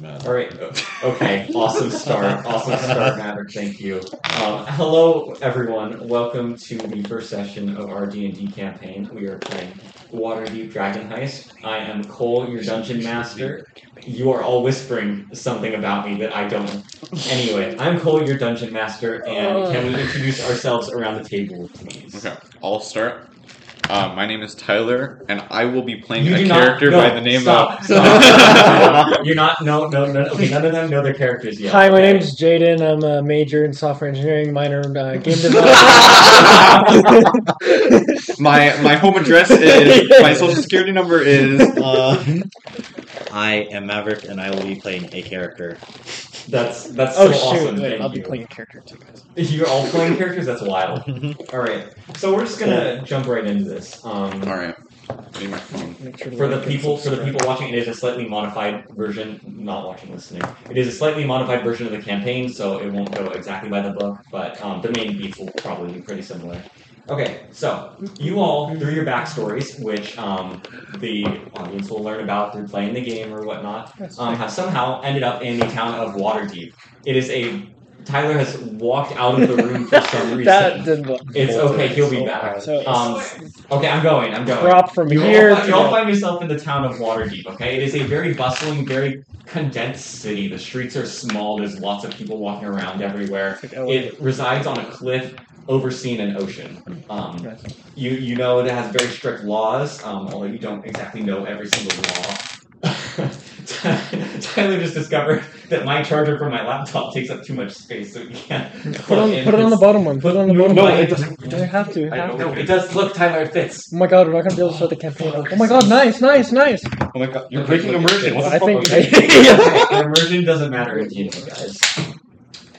Matt. All right. Okay. Awesome start. awesome start, Maverick. Thank you. Um, hello, everyone. Welcome to the first session of our D and D campaign. We are playing Waterdeep Dragon Heist. I am Cole, your dungeon master. You are all whispering something about me that I don't. Anyway, I'm Cole, your dungeon master, Oh. and can we introduce ourselves around the table, please? Okay, I'll start. Uh, my name is Tyler, and I will be playing You a do not- character no, by the name stop, of. stop. You're not. No, no, no. Okay, none of them know their characters yet. Hi, my okay? name's Jaden. I'm a major in software engineering, minor in uh, game Uh, development. my my home address is my social security number is. Uh, I am Maverick, and I will be playing a character. That's that's so oh awesome. shoot! Wait, Thank I'll be you. playing a character too, guys. You're all playing characters. That's wild. all right, so we're just gonna jump right into this. all Um, right. I need my phone. Make sure to for the like and people for the subscribe. people watching, it is a slightly modified version. Not watching, listening. It is a slightly modified version of the campaign, so it won't go exactly by the book, but um, the main beats will probably be pretty similar. Okay, so you all through your backstories, which um, the audience will learn about through playing the game or whatnot, That's um, have somehow ended up in the town of Waterdeep. It is a Tyler has walked out of the room for some fine. reason. that did look. It's okay, he'll be so back. bad. So Um, okay, I'm going. I'm going. drop from you here. all, fi- to you all there. find yourself in the town of Waterdeep. Okay, it is a very bustling, very condensed city. The streets are small. There's lots of people walking around everywhere. It's like, oh, It resides on a cliff overseeing an ocean. Um, nice. you you know it has very strict laws, um, although you don't exactly know every single law. Tyler just discovered that my charger for my laptop takes up too much space, so he can't Put, on, put it on the bottom one. Put it on the No, bottom no, one. it doesn't- You don't have to. I don't know. It does. Look, Tyler, it fits. Oh my god, we're not gonna be able to start the campaign. Oh my god, nice, nice, nice. Oh my god, you're breaking immersion. What I think. Okay, immersion doesn't matter if you know, guys.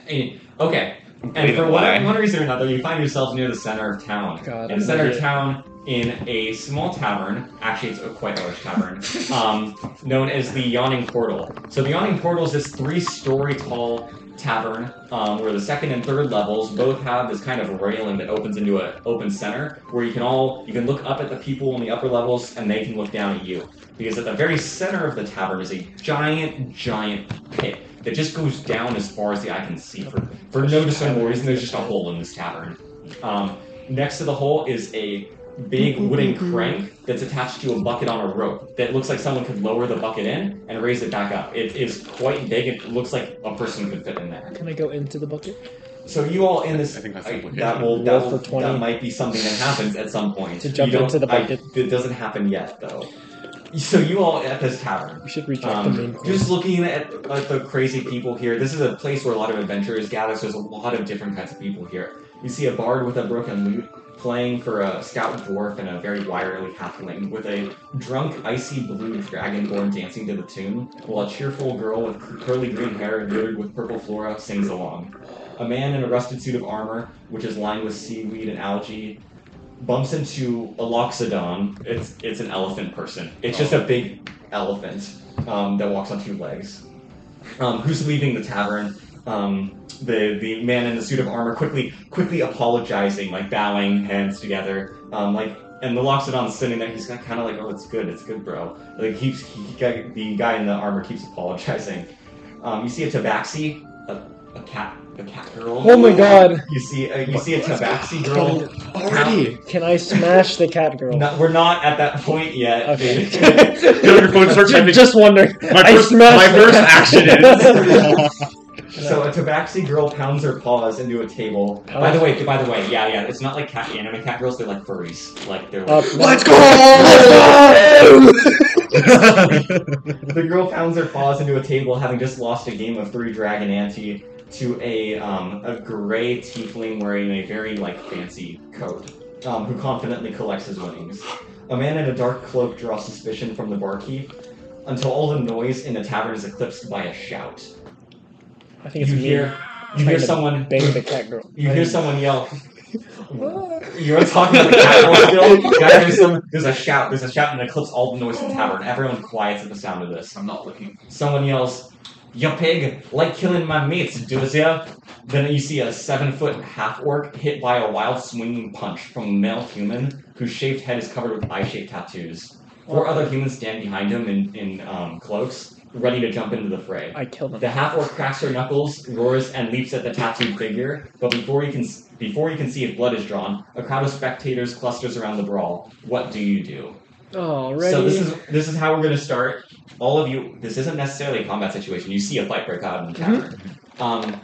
Eh, Okay, and for one, one reason or another, you find yourselves near the center of town. God, in the I'm center gonna- of town, in a small tavern, actually it's a quite large tavern, um, known as the Yawning Portal. So the Yawning Portal is this three-story tall tavern um, where the second and third levels both have this kind of railing that opens into an open center where you can all you can look up at the people on the upper levels and they can look down at you because at the very center of the tavern is a giant giant pit that just goes down as far as the eye can see for, for no discernible reason there's just a hole in this tavern um, next to the hole is a big Mm-hmm, wooden crank that's attached to a bucket on a rope that looks like someone could lower the bucket in and raise it back up it is quite big it looks like a person could fit in there Can I go into the bucket? so you all in this, I think that's I- implication. that will that Roll will, for 20. that might be something that happens at some point. To jump You don't- into the I- bucket. it doesn't happen yet though. So you all at this tavern, We should reject the main um, course. just looking at like the crazy people here. This is a place where a lot of adventurers gather. So there's a lot of different kinds of people here. You see a bard with a broken lute playing for a scout dwarf and a very wirily halfling with a drunk icy blue dragonborn dancing to the tune while a cheerful girl with curly green hair embroidered with purple flora sings along. A man in a rusted suit of armor, which is lined with seaweed and algae, bumps into a loxodon. It's it's an elephant person. It's just a big elephant um, that walks on two legs. Um, who's leaving the tavern? Um, the the man in the suit of armor quickly quickly apologizing, like bowing hands together, um, like. And the loxodon's sitting there. He's kind of like, "Oh, it's good, it's good, bro." Like keeps he, he- the guy in the armor keeps apologizing. Um, you see a tabaxi, a, a cat, a cat girl. Oh my god. You see, uh, you see a tabaxi girl. Already. Can I smash the cat girl? No, we're not at that point yet. Okay. Your phone starts Ju- typing. just wondering. My I first, smashed my the first cat. action Uh, is. so a tabaxi girl pounds her paws into a table. By the way, by the way, yeah, yeah, it's not like cat anime cat girls. They're like furries. Like they're Uh, like, Let's Oh Uh, the girl pounds her paws into a table, having just lost a game of three dragon ante to a um, a gray tiefling wearing a very like fancy coat, um, who confidently collects his winnings. A man in a dark cloak draws suspicion from the barkeep until all the noise in the tavern is eclipsed by a shout. I think it's you me. hear you Trying hear to someone Bang the cat girl. you hear someone yell. What? You're talking to the cat girl still. You guys hear some- there's a shout. There's a shout and it clips all the noise in the tavern. Everyone quiets at the sound of this. I'm not looking. Someone yells, "You pig! Like killing my mates, does ya?" Then you see a seven-foot half-orc hit by a wild swinging punch from a male human whose shaved head is covered with eye-shaped tattoos. Four other humans stand behind him in, in um, cloaks, ready to jump into the fray. I killed him. The half orc cracks her knuckles, roars, and leaps at the tattooed figure. But before he can before he can see if blood is drawn, a crowd of spectators clusters around the brawl. What do you do? Alrighty. So this is this is how we're gonna start. All of you, this isn't necessarily a combat situation. You see a fight break out in the tavern. Um,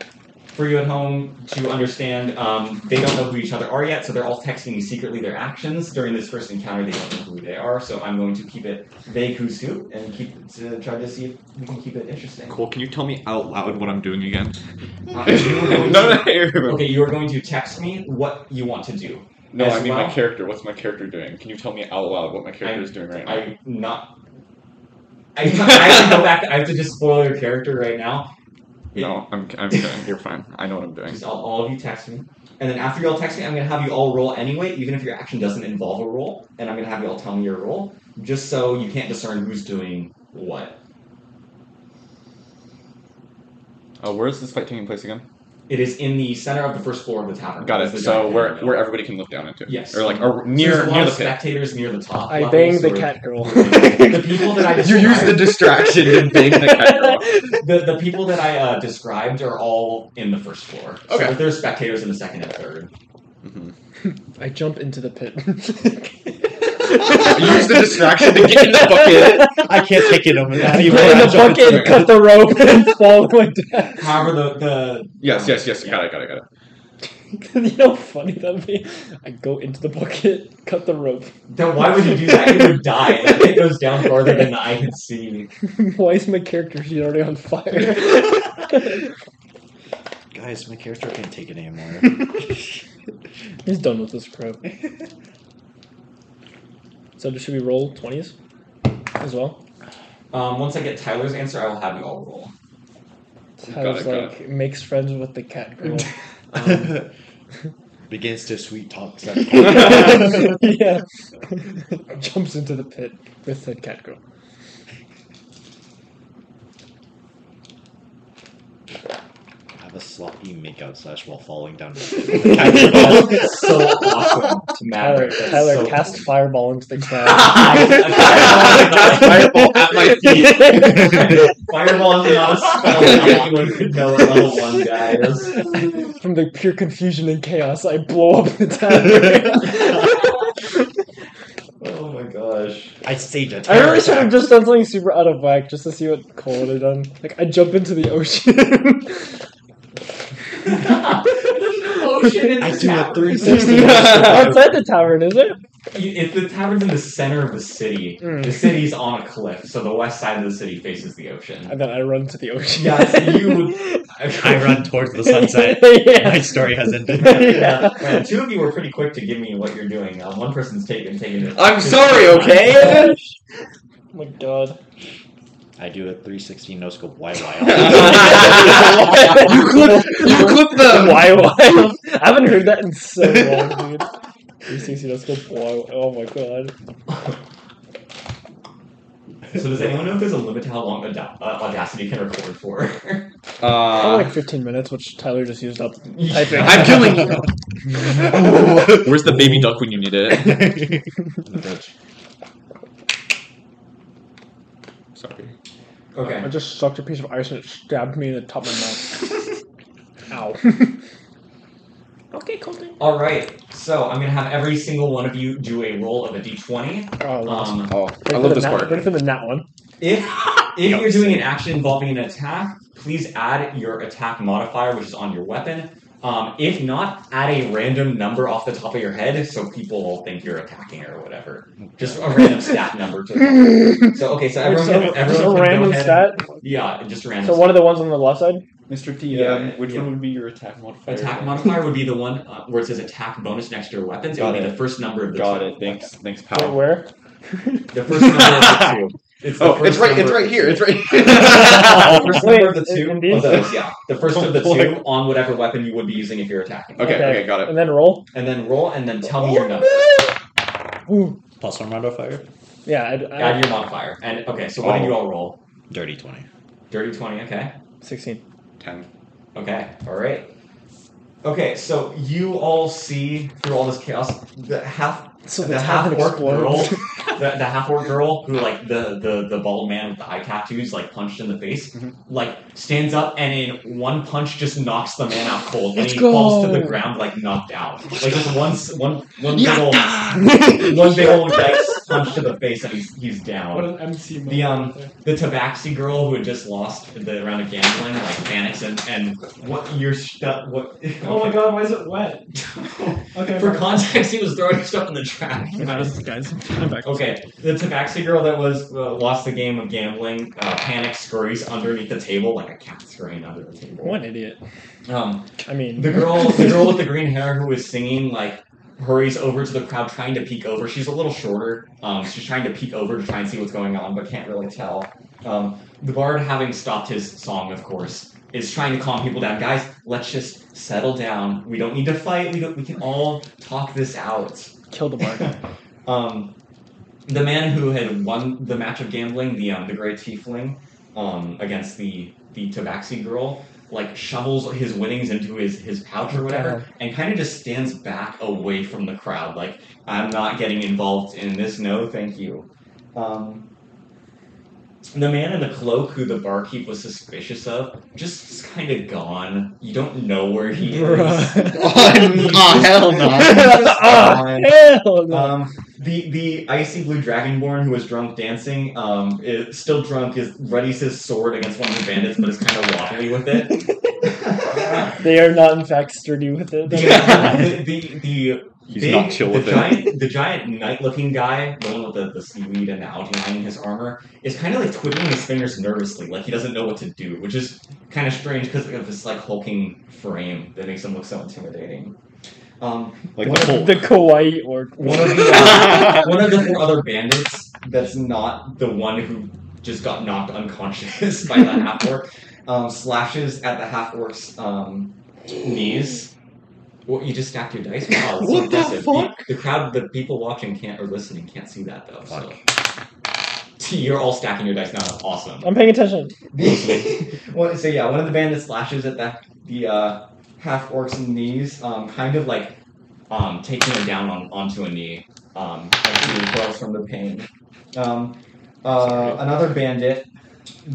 for you at home to understand, um, they don't know who each other are yet, so they're all texting me secretly their actions during this first encounter. They don't know who they are, so I'm going to keep it vague who's who and keep to try to see if we can keep it interesting. Cole, can you tell me out loud what I'm doing again? Uh, you are no, going no, to- I remember. okay, you are going to text me what you want to do. No, As I mean well- my character. What's my character doing? Can you tell me out loud what my character I- is doing right now? I not. I, I have to go back. I have to just spoil your character right now. no, I'm, I'm kidding. You're fine. I know what I'm doing. Just all, all of you text me, and then after you all text me, I'm gonna have you all roll anyway, even if your action doesn't involve a roll, and I'm gonna have you all tell me your roll, just so you can't discern who's doing what. Uh, where is this fight taking place again? It is in the center of the first floor of the tavern. Got It's it. the So giant where area. where everybody can look down into. Yes. Or like or So there's near a lot near of the pit. spectators near the top. I level, banged so the we're- cat girl. The people that I You described, use the distraction to bang the cat. the, the people that I uh, described are all in the first floor. Okay. So there's spectators in the second and third. Mhm. I jump into the pit. You use the distraction to get in the bucket. I can't take it over that. I You get in wanna the jump into bucket, cut the rope, and fall to my death. However, the, the Yes, yes, yes. Got it. Got it. Got it. you know how funny that would be? I go into the bucket, cut the rope. then why would you do that? You would die. It goes down farther than the eye can see. Why is my character sheet already on fire? it. Guys, my character can't take it anymore. He's done with this pro. So should we roll 20s as well? Um, once I get Tyler's answer, I will have you all roll. I was it, got like, makes friends with the cat girl. Um, Begins to sweet talk. yeah. Jumps into the pit with the cat girl. Have a sloppy makeout slash while falling down. that's so awesome to Tyler, Maverick. That's Tyler so cast cool. fireball into the crowd. That's fireball at my feet. Fireball is not a spell that anyone could know at level one, guys. From the pure confusion and chaos, I blow up the tavern. Oh my gosh. I stage a I terror really should have attack. just done something super out of whack just to see what Cole would have done. Like, I jump into the ocean. Ocean in the I do a tavern. 360. Outside the tavern, is it? You- If the tavern's in the center of the city, Mm. the city's on a cliff, so the west side of the city faces the ocean. And then I run to the ocean. Yes, you. I run towards the sunset. My yeah. story has ended. yeah. Man, two of you were pretty quick to give me what you're doing. Um, one person's taking taking it. I'm sorry, okay? Oh my god. I do a 360 no scope You YY. clip, you clip the. Why, why? I haven't heard that in so long, dude. 360, let's go. Wow. Oh my god. So does anyone know if there's a limit to how long Auda- uh, Audacity can record for? Probably Uh, like 15 minutes, which Tyler just used up. Oh Yeah. I'm killing you. Where's the baby duck when you need it? Sorry. I okay. just sucked a piece of ice and it stabbed me in the top of my mouth. Ow. okay, Colton. All right. So I'm gonna have every single one of you do a roll of a d20. Oh, lost. Um, Oh, Wait I for love the this nat- part. Wait for the nat one. if if you're doing an action involving an attack, please add your attack modifier, which is on your weapon. Um, if not, add a random number off the top of your head so people will think you're attacking or whatever. Just a random stat number to So okay, so everyone, so, can, everyone so can go random ahead- stat. Yeah, just random. So one of the ones on the left side. Mr. T, Yeah, um, which yeah. one would be your attack modifier? attack modifier would be the one uh, where it says attack bonus next to your weapons. It Got would be it. the first number of the Got two. it. Thanks, thanks, Oh. Wait, pal. where? The first number of the two. It's the Oh, it's first right. It's number- right here. It's right. The Here. first Wait, number of the i- two. indeed? Of those, yeah. The first of the Like- two on whatever weapon you would be using if you're attacking. okay. Okay. Got it. And then roll. And then roll and then tell me your number. Ooh. Plus one round of fire. Yeah. I'd, i Add your modifier. And okay, so what did you all roll? Dirty 20. Dirty twenty, okay. 16. Ten. Okay, all right. Okay, so you all see through all this chaos the half So the half orc girl the, the half orc girl who like the, the the bald man with the eye tattoos like punched in the face, Mhm. like stands up and in one punch just knocks the man out cold, and Let's he falls to the go. ground like knocked out, like just one s- one one big old Yatta! one big old nice punch to the face, and he's he's down. What an MC moment. The, um, right there. the Tabaxi girl who had just lost the round of gambling like panics and, and what your stuff what Oh my god, why is it wet? Okay. for context he was throwing stuff in the trash Guys, guys, I'm back. okay the Tabaxi girl that was uh, lost the game of gambling uh, panics scurries underneath the table like a cat scurrying under the table What an idiot. um I mean, the girl the girl with the green hair who was singing like hurries over to the crowd trying to peek over she's a little shorter um she's trying to peek over to try and see what's going on but can't really tell um the bard having stopped his song of course is trying to calm people down guys let's just settle down we don't need to fight we don't we can all talk this out kill the Uh, bard. um, the man who had won the match of gambling, the um, the great tiefling, um, against the the Tabaxi girl, like shovels his winnings into his his pouch or whatever, and kind of just stands back away from the crowd, like I'm not getting involved in this. No, thank you. Um, the man in the cloak, who the barkeep was suspicious of, just is kind of gone. You don't know where he is. Bruh. oh, hell uh, Ah, hell no. Um, the the icy blue dragonborn who was drunk dancing, um, is still drunk, is readies his sword against one of the bandits, but is kind of wobbly with it. they are not, in fact, sturdy with it. the, the, the He's big- not chill the with it. giant, The giant knight-looking guy, the one with the, the seaweed and the algae line in his armor, is kind of like twiddling his fingers nervously, like he doesn't know what to do, which is kind of strange because of his like hulking frame that makes him look so intimidating. Um, Like one the of- whole. the kawaii or one of the uh, one of the four other bandits that's not the one who just got knocked unconscious by the half orc um, slashes at the half orc's um, knees. What you just stacked your dice? Wow, that's What the impressive. The, the crowd, the people watching can't or listening can't see that though. So you're all stacking your dice now. That's awesome. I'm paying attention. Well, so yeah, one of the bandits slashes at the the uh, half orc's knees, um, kind of like um, taking him down on, onto a knee um, as he recoils from the pain. Um, uh, another bandit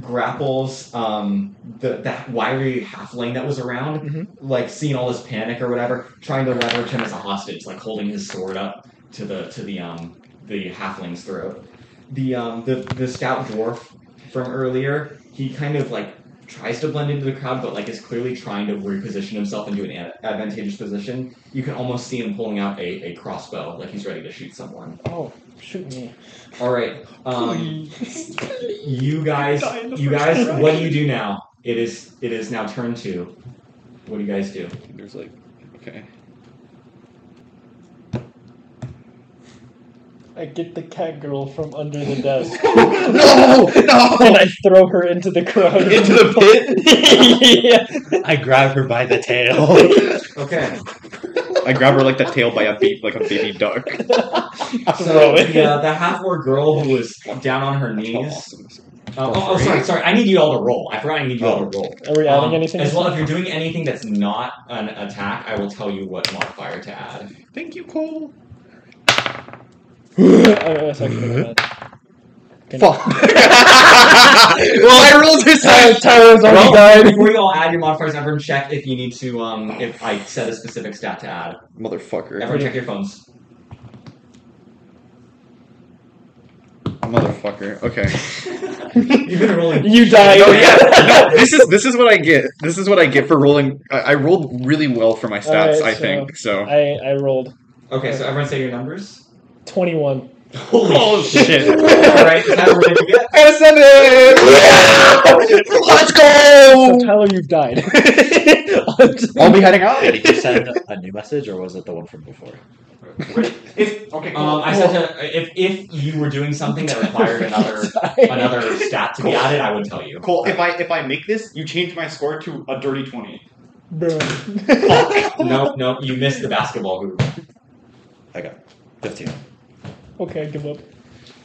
grapples um, the that wiry halfling that was around, Mhm. like seeing all this panic or whatever, trying to leverage him as a hostage, like holding his sword up to the to the um the halfling's throat. The um the the stout dwarf from earlier, he kind of like tries to blend into the crowd, but like is clearly trying to reposition himself into an ad- advantageous position. You can almost see him pulling out a, a crossbow, like he's ready to shoot someone. Oh, shoot me. All right, um, you guys, Die in the you first guys, round. what do you do now? It is it is now turn two. What do you guys do? There's like, okay. I get the cat girl from under the desk no! No! and I throw her into the crowd. Into the pit? yeah. I grab her by the tail. Okay, I grab her like the tail by a beat, like a baby duck. Throw it. the, uh, the half orc girl who was down on her That's how knees. awesome this is. Uh, oh, oh, sorry, sorry. I need you all to roll. I forgot I need you all to roll. Are we adding Um, anything? As well, if you're doing anything that's not an attack, I will tell you what modifier to add. Thank you, Cole. oh, that's actually really bad. Fuck. well, I rolled his Tyler, Tyler's already Well, died. Before you all add your modifiers, everyone check if you need to, um, if I set a specific stat to add. Motherfucker. Everyone check your phones. Motherfucker. Okay. You've been rolling. You died. No, yeah. No, this is this is what I get. This is what I get for rolling. I, I rolled really well for my stats. Alright, I so- think so. I, I rolled Okay, so everyone say your numbers. 21. Holy Oh shit! Alright, is that what you get? I said it. Yeah! Let's So, go. Tyler, you've died. I'll be heading out. Did you just send a new message, or was it the one from before? If, okay, cool. Um, I said to, if if you were doing something that required another another stat to be added, I would tell you. Cole, if I if I make this, you change my score to a dirty twenty. Bro. No, no, you missed the basketball hoop. Fifteen. Okay, I give up.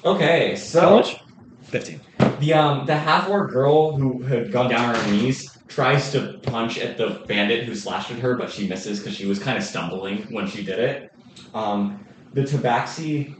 Okay, so How much? Fifteen. The um the half orc girl who had gone down on her knees tries to punch at the bandit who slashed at her, but she misses because she was kind of stumbling when she did it. Um, the Tabaxi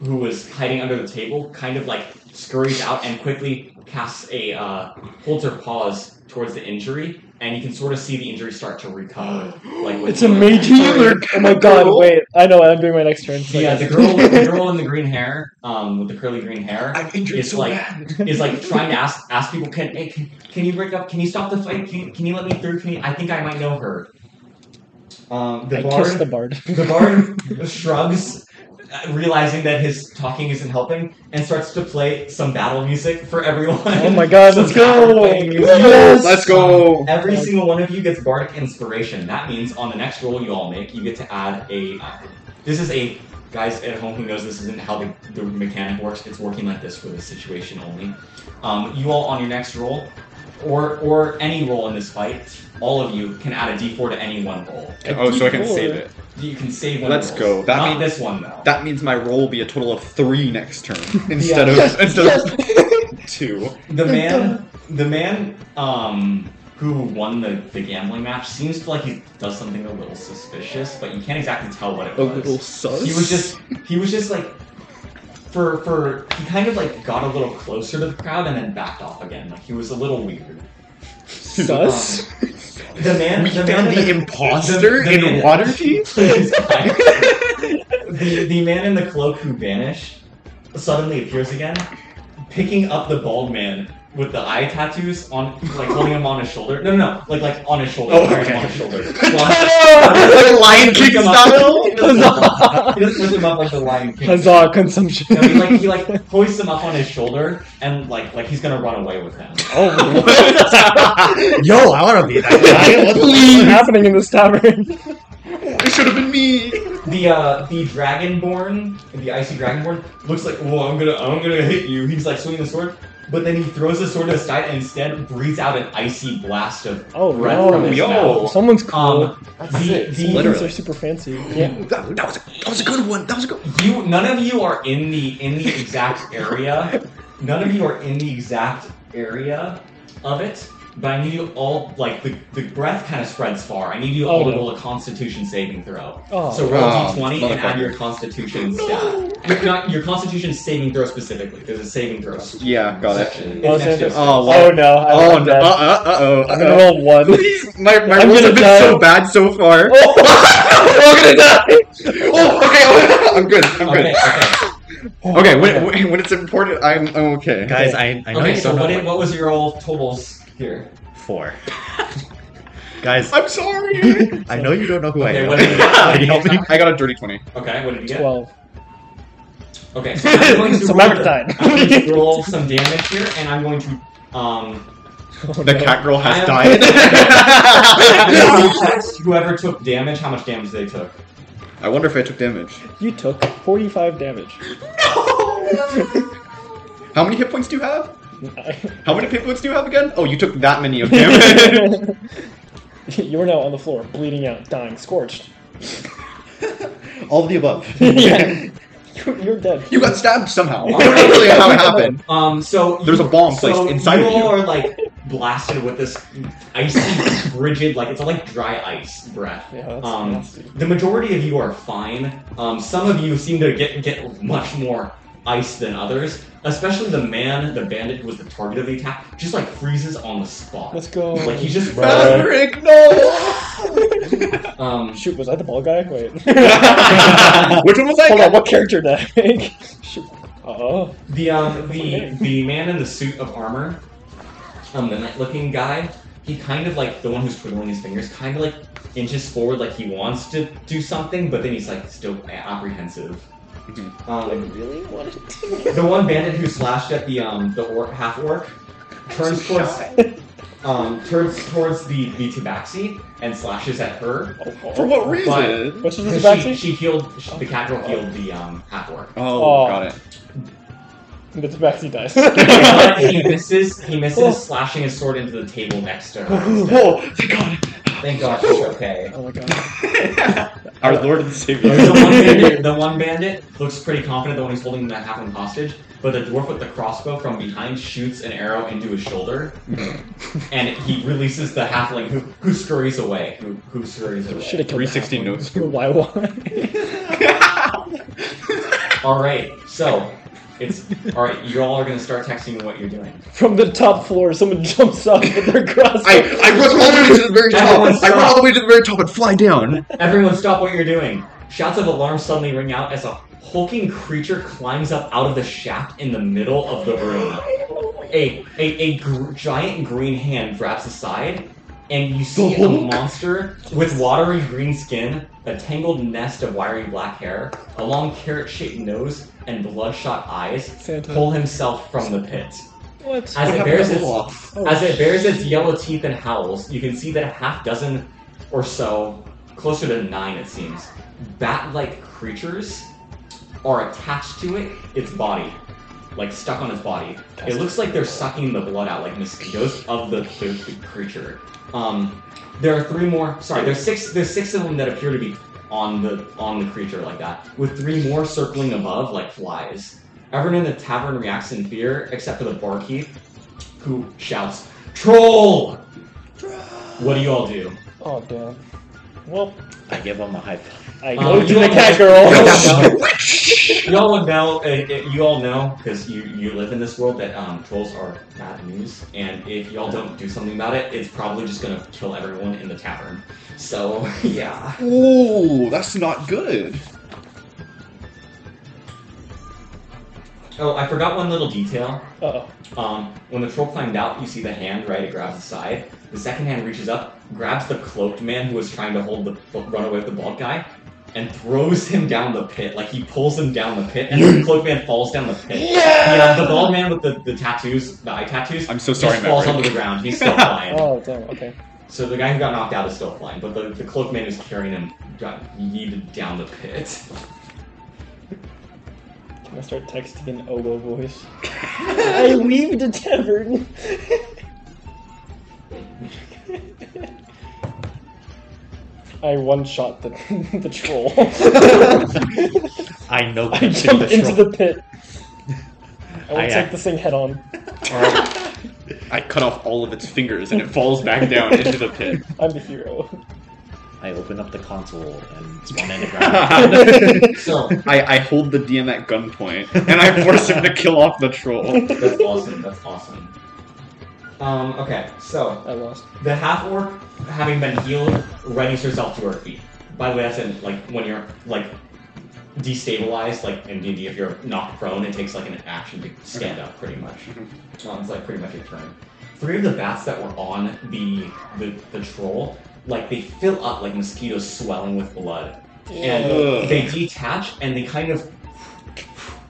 who was hiding under the table, kind of like scurries out and quickly casts a uh, holds her paws towards the injury, and you can sort of see the injury start to recover. Like with It's a mage healer. Oh my god, wait. I know what I'm doing my next turn. so I Yeah, guess- the girl, the girl in the green hair, um, with the curly green hair, I'm injured It's so like- bad. is like trying to ask ask people, can hey, can, can you break up? Can you stop the fight? Can, can you let me through? Can you, I think I might know her. Um, the I kissed bard, the the... bard. bard shrugs, uh, realizing that his talking isn't helping, and starts to play some battle music for everyone. Oh my god, Some let's go! battle music. Yes! Let's go. Every single one of you gets bardic inspiration. That means on the next roll you all make, you get to add a. Uh, this is a guys at home who knows this isn't how the, the mechanic works. It's working like this for this situation only. Um, you all on your next roll, or or any roll in this fight, all of you can add a d4 to any one roll. Oh, so I can save it. You can save one. Let's rolls. go. That Not mean- this one though. That means my roll will be a total of three next turn instead of instead of two. the man the man um who won the, the gambling match seems to like he does something a little suspicious, but you can't exactly tell what it A was. little sus. He was just he was just like for for he kind of like got a little closer to the crowd and then backed off again. Like he was a little weird. Sus? Um, the man We the found man the in imposter the- the- in Waterdeep. Please, guys. the, the man in the cloak who vanished suddenly appears again, picking up the bald man with the eye tattoos on, like holding him on his shoulder. No, no, no, like like on his shoulder, Oh, wearing him okay. on his shoulder. Uh-huh. like Lion King Pick 'em up. style. He doesn't he doesn't lift him up like the Lion King. Huzzah, consumption. No, he like he like hoists him up on his shoulder and like like he's gonna run away with him. Oh, Yo, I want to be that guy. What's happening in this tavern? It should have been me. The uh the dragonborn, the icy dragonborn, looks like, well, I'm gonna I'm gonna hit you. He's like swinging the sword, but then he throws the sword aside and instead breathes out an icy blast of Oh, breath no. from his Yo. mouth. Someone's cool. Um, the, These the- things literally. are super fancy. Yeah. That, that was a, that was a good one. That was a good. you none of you are in the in the exact area. None of you are in the exact area of it. But I need you all like the, the breath kind of spreads far. I need you all Oh, to no. roll a Constitution saving throw. Oh. So roll Oh, d20 and add motherfucker. your Constitution stat. Your, not your Constitution saving throw specifically. There's a saving throw. s- Yeah, got it. section. Oh, It's next so- to- Oh, oh wow. no. I Oh like no! that. Uh uh oh! I'm gonna roll one. Please, my my I'm gonna rolls have been die. so bad so far. Oh, I'm gonna die. Oh, okay. Oh, I'm good. I'm Okay, good. okay. Okay, when, when- when it's important, I'm I'm okay. Guys, I, I know okay, you so don't what, know did, what was your old totals here? what- four. Guys, I'm sorry. I know you don't know who I Okay, am. what did you get? Can you help me? I got a dirty twenty. Okay, what did you get? Twelve. Okay, so I'm going to So roll- Maverick died. I'm going to roll some damage here, and I'm going to um Oh, The no. cat girl I has am- died. I'm going to text whoever took damage how much damage they took. I wonder if I took damage. You took forty-five damage. How many hit points do you have? you How many hit points do you have again? Oh, you took that many of damage. are now on the floor, bleeding out, dying, scorched. All of the above. yeah. You're, you're dead. you got stabbed somehow. I don't know really how it happened. Um, so There's a bomb placed so inside you of you. all are like blasted with this icy, rigid, like it's like dry ice breath. Yeah, that's Um, nasty. The majority of you are fine. Um, some of you seem to get get much more ice than others. Especially the man, the bandit who was the target of the attack, just like freezes on the spot. Let's go. Like he just Maverick, no. um Shoot, was I the ball guy? Wait. Which one was I? Hold on, what character did I make? Shoot. Uh-oh. the um the the man in the suit of armor, um the knight looking guy, he kind of like the one who's twiddling his fingers, kind of like inches forward like he wants to do something, but then he's like still apprehensive. Um, Mm-hmm. really wanted to. the one bandit who slashed at the um the orc, half orc turns towards um turns towards the the tabaxi and slashes at her. For what reason? What's his She, tabaxi? she healed she, the cat girl healed the um half orc. Oh, Oh. got it. The tabaxi dies. he misses. He misses, slashing his sword into the table next to her. instead. Whoa! Thank God. Thank God she's okay. oh my god. Our Lord and The Savior. one, bandit, the one bandit looks pretty confident, the one who's holding the half hostage. But the dwarf with the crossbow from behind shoots an arrow into his shoulder, and he releases the halfling who, who scurries away. Who, who scurries away? Should have killed 360 notes. Why, why? All right, so it's all right. You all are gonna start texting me what you're doing. From the top floor, someone jumps up with their cross. I, I run all the way to the very top. I run all the way to the very top and fly down. Everyone, stop what you're doing. Shouts of alarm suddenly ring out as a hulking creature climbs up out of the shaft in the middle of the room. A a, a gr- giant green hand grabs the side, and you see a monster with watery green skin, a tangled nest of wiry black hair, a long carrot-shaped nose, and bloodshot eyes Santa. pull himself from the pit. What? As it bears its Oh, as it bears its yellow teeth and howls, you can see that a half dozen or so, closer to nine it seems, bat like creatures are attached to it, its body, like stuck on its body. It looks like they're sucking the blood out like mosquitoes of the, the, the creature. Um, there are three more. Sorry, there's six. There's six of them that appear to be on the on the creature like that, with three more circling above like flies. Everyone in the tavern reacts in fear, except for the barkeep, who shouts, "Troll!" What do you all do? oh damn. Well, I give him a high five. I Um, go to you the know cat what? girl. You all would know. uh, uh, You all know because you you live in this world that um, trolls are bad news, and if y'all don't do something about it, it's probably just gonna kill everyone in the tavern. So yeah. Ooh, that's not good. Oh, I forgot one little detail. Uh-oh. Um, when the troll climbed out, you see the hand, right? It grabs the side. The second hand reaches up, grabs the cloaked man who was trying to hold the the run away with the bald guy, and throws him down the pit. Like he pulls him down the pit, and the cloaked man falls down the pit. Yeah, the bald man with the, the tattoos, the eye tattoos, I'm so sorry, just falls onto Maverick. the ground. He's still flying. Oh damn. Okay. So the guy who got knocked out is still flying, but the, the cloaked man who's carrying him got yeeted down the pit. Can I start texting in oboe voice? I leave the tavern. I one shot the the troll. I know. I jumped into the pit. I will I, uh, take this thing head on. I cut off all of its fingers and it falls back down into the pit. I'm the hero. I open up the console and spawn in the ground. I, So I hold the DM at gunpoint and I force him to kill off the troll. that's awesome. That's awesome. Um, okay, so I lost. The half orc, having been healed, readies herself to her feet. By the way, that's in like when you're like destabilized, like in D&D, if you're knocked prone, it takes like an action to stand up, pretty much. Um, it's like pretty much a turn. Three of the bats that were on the the, the troll, like they fill up like mosquitoes swelling with blood, and Ugh. they detach and they kind of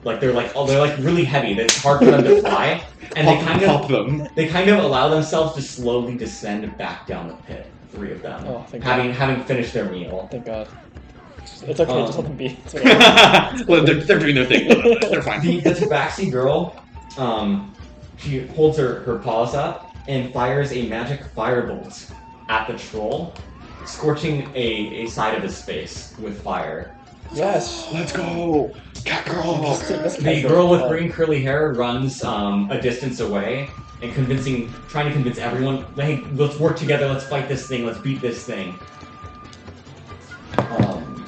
like they're like oh they're like really heavy. that It's hard for them to fly, and they Pop, kind of pop them. they kind of allow themselves to slowly descend back down the pit. Three of them, Oh, thank having having finished their meal. Thank God. It's okay. just Um. let them be. It's whatever. well, they're, they're doing their thing. They're The, fine. the Tabaxi girl, um, she holds her, her paws up and fires a magic firebolt at the troll, scorching a, a side of his face with fire. yes. Let's go. Cat girl. Let's take this The cat girl with Uh, green curly hair runs um, a distance away and convincing, trying to convince everyone, hey, let's work together, let's fight this thing, let's beat this thing. Um,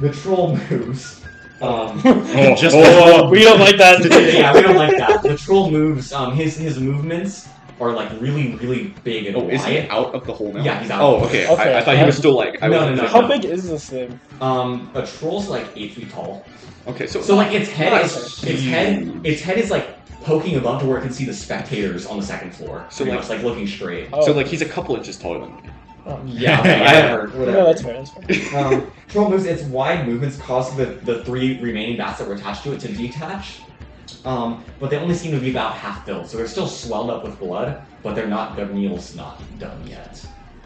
the troll moves. Um, oh, Just- Oh, We don't like that. yeah, we don't like that. The troll moves. Um, his his movements are like really, really big and Oh, is he wide. out of the hole now? Yeah, he's out. Oh, okay. Okay. I, I thought he was still like. I No, was- no, no. How big is this thing? Um, a troll's like eight feet tall. Okay, so, So like its head, is, Nice. its Hmm. head, its head is like poking above to where it can see the spectators on the second floor. So, So like- much like looking straight. Oh, so like he's a couple inches taller than me. Yeah, Yeah. whatever. no, whatever. that's fair. That's fair. um, troll moves its wide movements cause the, the three remaining bats that were attached to it to detach. Um, but they only seem to be about half filled, so they're still swelled up with blood, but they're not their meal's not done yet.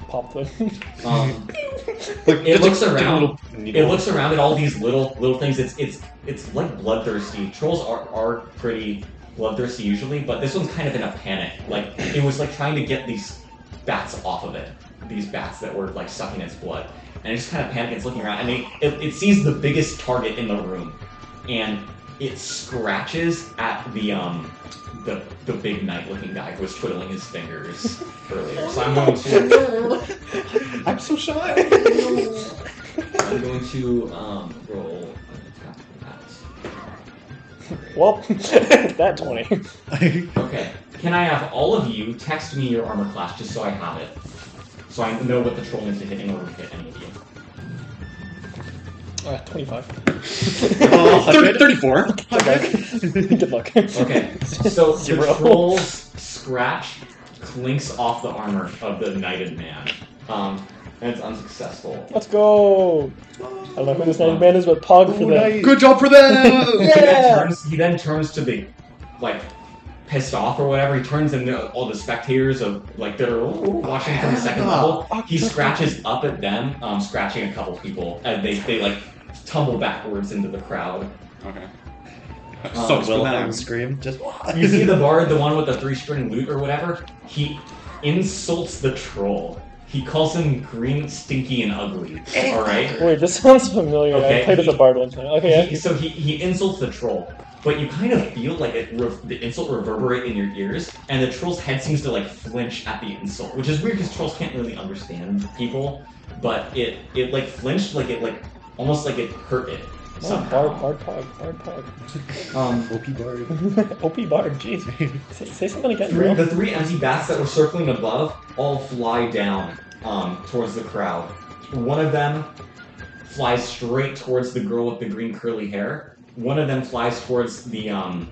Pop them. Um, Like, it just, like, looks take a around. little It needle. looks around at all these little little things. It's it's it's like bloodthirsty. Trolls are are pretty bloodthirsty usually, but this one's kind of in a panic. Like it was like trying to get these bats off of it. These bats that were like sucking its blood, and it just kind of panics. It's looking around, and it, it, it sees the biggest target in the room, and it scratches at the um the the big knight looking guy who was twiddling his fingers earlier. So I'm going to. I'm so shy. I'm going to um, roll an attack for that. Well, that 20. Okay. Can I have all of you text me your armor class just so I have it? So I know what the troll needs to hit in order to hit any of you. Uh, 25. Oh, Thir- 34. Good luck. Okay. So the Zero. troll's scratch clinks off the armor of the knighted man. Um, and it's unsuccessful. Let's go. I don't know who this named man is, but Pog for that. Good job for them. He then Yeah. turns- He then turns to the, like, pissed off or whatever. He turns and the- all the spectators of like that are watching from the second level. He scratches up at them, um, scratching a couple people, and they they like tumble backwards into the crowd. okay. Um, Sucks for Wilhelm them. scream. Just You see the bard, the one with the three string lute or whatever. He insults the troll. He calls him green, stinky, and ugly. All right. Wait, this sounds familiar. Okay. I played as a bard one time. Okay, He- so he, he insults the troll, but you kind of feel like it re- the insult reverberate in your ears, and the troll's head seems to like flinch at the insult, which is weird because trolls can't really understand people, but it it like flinched like it like almost like it hurt it Oh, somehow. bard, bard, pog, bard, pog. Um, OP bard, jeez. Say, say something again, three, bro. the three empty bats that were circling above all fly down um, towards the crowd. One of them flies straight towards the girl with the green curly hair. One of them flies towards the um,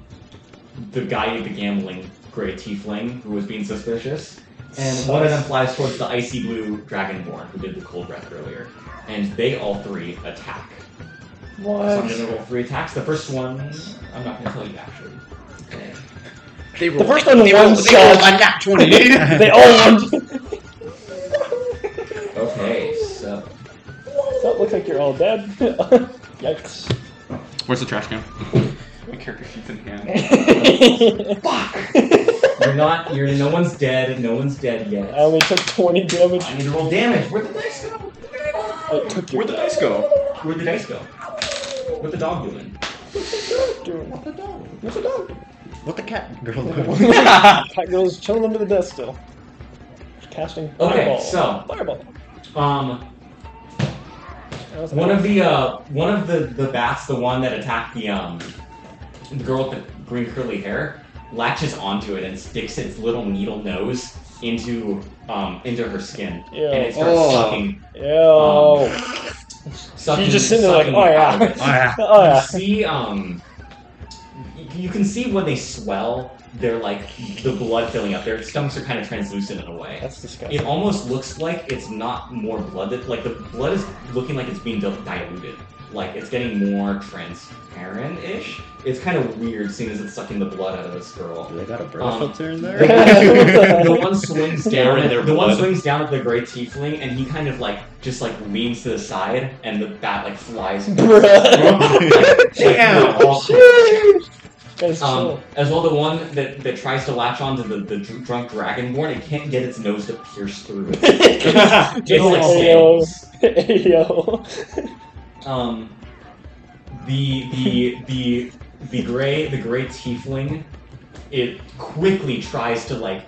the guy with the gambling gray tiefling who was being suspicious. And one of them flies towards the icy blue dragonborn who did the cold breath earlier. And they all three attack. So I'm What? gonna roll three attacks. The first one, I'm not gonna tell you actually. Okay. They The first one one shot. a nat twenty. They all one. Okay, so That looks like you're all dead. Yikes. Where's the trash can? My character sheet's in hand. Fuck. You're not. You're. No one's dead. No one's dead yet. I only took 20 damage. I need to roll damage. Where'd the dice go? I took your Where'd the dice go? Where'd the dice go? What the dog doing? doing. What's the dog? what the cat girl doing? Cat girl's chilling under the desk still. Casting Okay, fireball. so- Fireball. Um, That was one of the uh, one of the the bats, the one that attacked the um, the girl with the green curly hair, latches onto it and sticks its little needle nose into um into her skin, Ew. and it starts Oh. sucking, Ew. Um, sucking. You're just sitting there like, sucking oh out of yeah. it. Ah. oh you yeah. see um y- you can see when they swell they're like the blood filling up their stomachs are kind of translucent in a way That's disgusting. it almost looks like it's not more blood that like the blood is looking like it's being dil- diluted like it's getting more transparent-ish it's kind of weird seeing as it's sucking the blood out of this girl They got a bird Um, filter in What there. the the heck? one swings down They're in at their the one blood. swings down at the gray tiefling and he kind of like just like leans to the side and the bat like flies Bruh. Damn. Guys, Um, as well, the one that, that tries to latch onto the, the dr- drunk dragonborn, it can't get its nose to pierce through. It. chill. It's like Ayo. scales. Ayo. Um, the the the the gray the gray tiefling, it quickly tries to like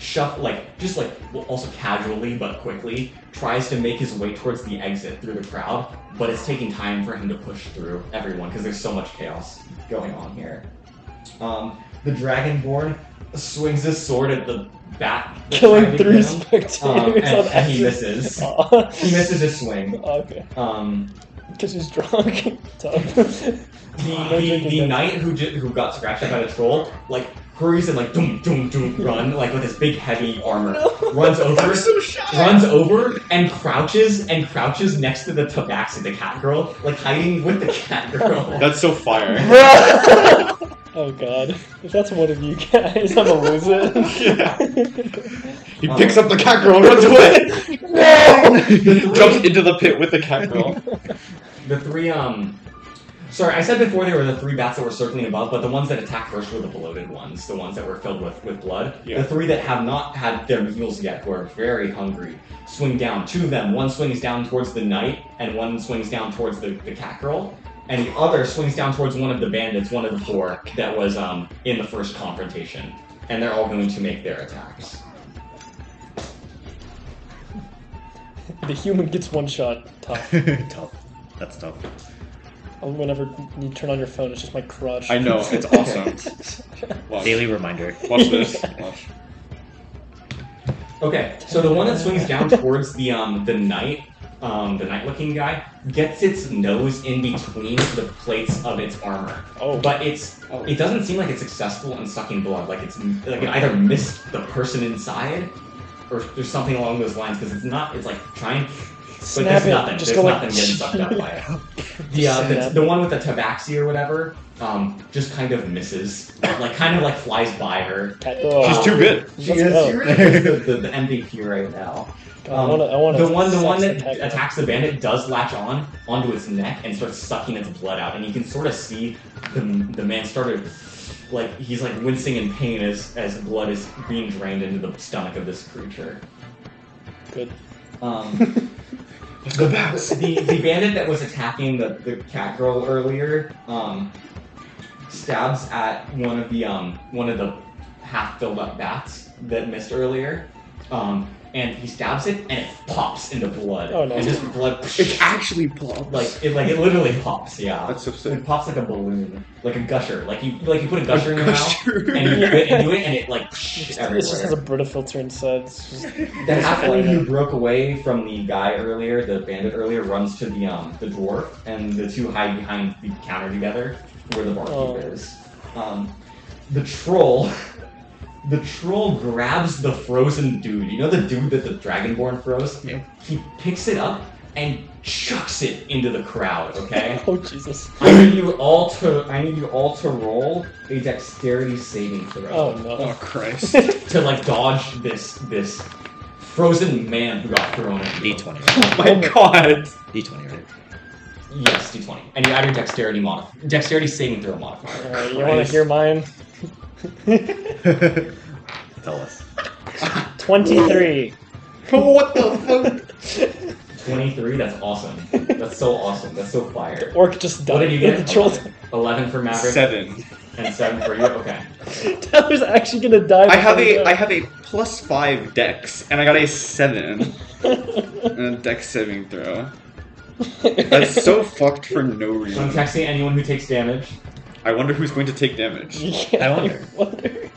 shove like just like well, also casually but quickly tries to make his way towards the exit through the crowd, but it's taking time for him to push through everyone because there's so much chaos going on here. Um, the dragonborn swings his sword at the bat, that Killing tried to three get him, spectators um, on and, and he accident. misses. Aw. He misses his swing. Okay, Um, because he's drunk. Tough. the, the, No drinking the game. knight who ju- who got scratched by the troll like hurries and like doom doom doom run like with his big heavy armor runs over runs over and crouches and crouches next to the tabaxi the cat girl like hiding with the cat girl That's so fire. oh god. If that's one of you guys, I'm gonna lose it. He picks up the cat girl and runs away. no! Jumps into the pit with the cat girl. the three um sorry I said before they were the three bats that were circling above but the ones that attacked first were the bloated ones the ones that were filled with with blood Yeah. the three that have not had their meals yet who are very hungry swing down two of them one swings down towards the knight and one swings down towards the, the cat girl and the other swings down towards one of the bandits one of the four that was um in the first confrontation and they're all going to make their attacks the human gets one shot. Tough. tough. That's tough. Oh, Whenever you turn on your phone, it's just my crutch. I know, it's awesome. Watch, Daily reminder. watch this. Watch. Okay, so the one that swings down towards the um the knight, um the knight-looking guy gets its nose in between the plates of its armor, Oh, but it's it doesn't seem like it's successful in sucking blood. Like it's like it either missed the person inside, or there's something along those lines because it's not. It's like trying, but snap there's it. nothing. Just there's go nothing like. getting sucked up by it. The, Just uh, the, snap the it. one with the tabaxi or whatever, um, just kind of misses, like kind of like flies by her. Oh, She's too good. let's go. the, the, the MVP right now. Um, God, I wanna, I wanna The one, the one that sex attack attacks the bandit does latch on onto its neck and starts sucking its blood out, and you can sort of see the the man started like he's like wincing in pain as as blood is being drained into the stomach of this creature. Good. Um, Let's go back. the the bandit that was attacking the, the cat girl earlier um, stabs at one of the um one of the half filled up bats that missed earlier, um, and he stabs it and it pops into blood Oh, no. and just blood It's actually plops. like it like it literally pops yeah that's so sick. it pops like a balloon like a gusher like you like you put a gusher in your mouth and you Sure. do it and do it and it like It's everywhere. it just has a Brita filter inside. It's just, The halfling who broke away from the guy earlier, the bandit earlier, runs to the um the dwarf, and the two hide behind the counter together, where the barkeep Oh. is. Um, the troll, the troll grabs the frozen dude. You know the dude that the dragonborn froze. Yeah. He picks it up and chucks it into the crowd. Okay. oh Jesus! I need you all to I need you all to roll a dexterity saving throw Oh no! Oh Christ! to like dodge this this frozen man who got thrown at you. D20. right? My God! D20, right? Yes, d20. And you add your dexterity modif- dexterity saving throw modifier. Alright, you want to hear mine? Tell us. Twenty-three. what the Twenty-three. That's awesome. That's so awesome. That's so fire. Orc just died. What did you The get? troll- Eleven for fuck? Maverick Seven. and seven for you. Okay. that was actually gonna die. I have a before I have a plus five dex, and I got a seven and a dex saving throw. it died. That's so fucked for no So I'm reason. texting anyone who takes damage. I wonder who's going to take damage. Yeah, I wonder. wonder.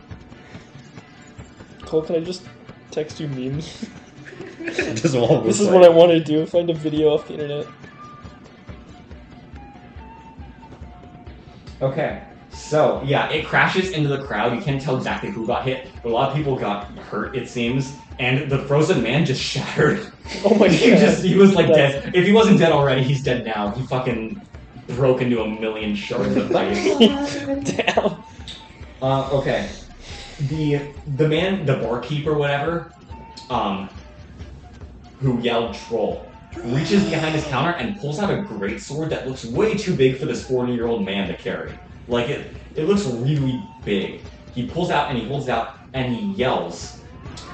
Cole, can I just text you memes? Just all This is what I want to do. Find a video off the internet. Okay. So yeah, it crashes into the crowd. You can't tell exactly who got hit, but a lot of people got hurt, it seems. And the frozen man just shattered. Oh my god! he just he was like That's- dead. If he wasn't dead already, he's dead now. He fucking broke into a million shards of ice. Damn. Uh, okay. The the man, the barkeep or whatever, um, who yelled troll, reaches behind his counter and pulls out a great sword that looks way too big for this 40 year old man to carry. Like it, it looks really big. He pulls out and he holds it out and he yells,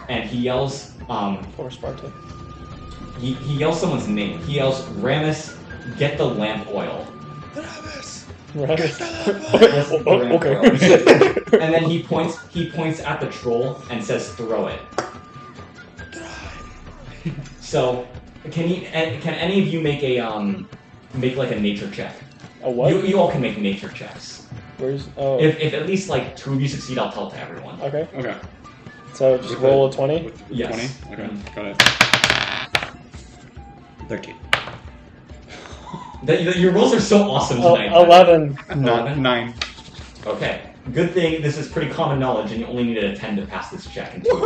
and he yells, um, Poor Sparta. he, he yells someone's name. He yells, Ramus, get the lamp oil. Right. That's the Oh, ramp okay. And then he points he points at the troll and says, "Throw it." so, can you and can any of you make a um make like a nature check? a what? You, you all can make nature checks. Where's? Oh. If, if at least like two of you succeed, I'll tell it to everyone. okay. Okay. So just With roll a twenty. With Yes. Twenty. Okay. Got it. 13. That, that- your rolls are so awesome Oh, tonight. Eleven. Not nine. Okay. Good thing this is pretty common knowledge, and you only needed a ten to pass this check. And Um,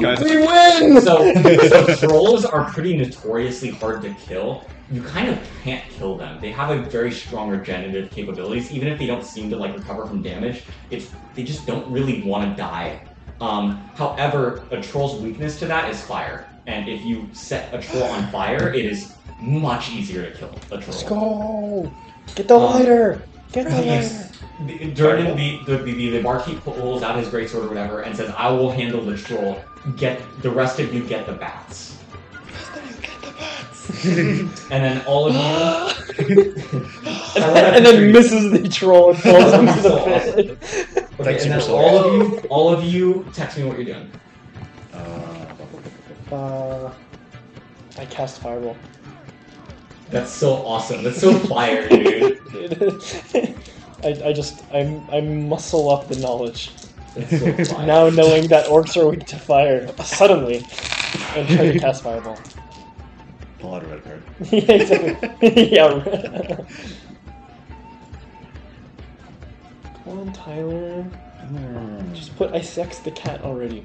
Guys, So, so trolls are pretty notoriously hard to kill. You kind of can't kill them. They have a very strong regenerative capabilities, even if they don't seem to like recover from damage. It's they just don't really want to die. Um, however, a troll's weakness to that is fire, and if you set a troll on fire, it is much easier to kill a troll. Let's go. Get the Um, lighter. Get the Yes. lighter. The- During the the, the the barkeep pulls out his greatsword or whatever and says, "I will handle the troll. Get the rest of you get the bats." And then all of you. and then misses the troll and falls into the pit. Okay, Thanks, and then Superstar. all of you, all of you, text me what you're doing. Uh, Uh, I cast fireball. That's so awesome. That's so fire, dude. I, I just I'm I muscle up the knowledge. That's so fire. Now knowing that orcs are weak to fire, suddenly, and try to cast fireball. Pull out a red card. yeah, exactly. yeah. Come on, Tyler. Hmm. Just put I sexed the cat already.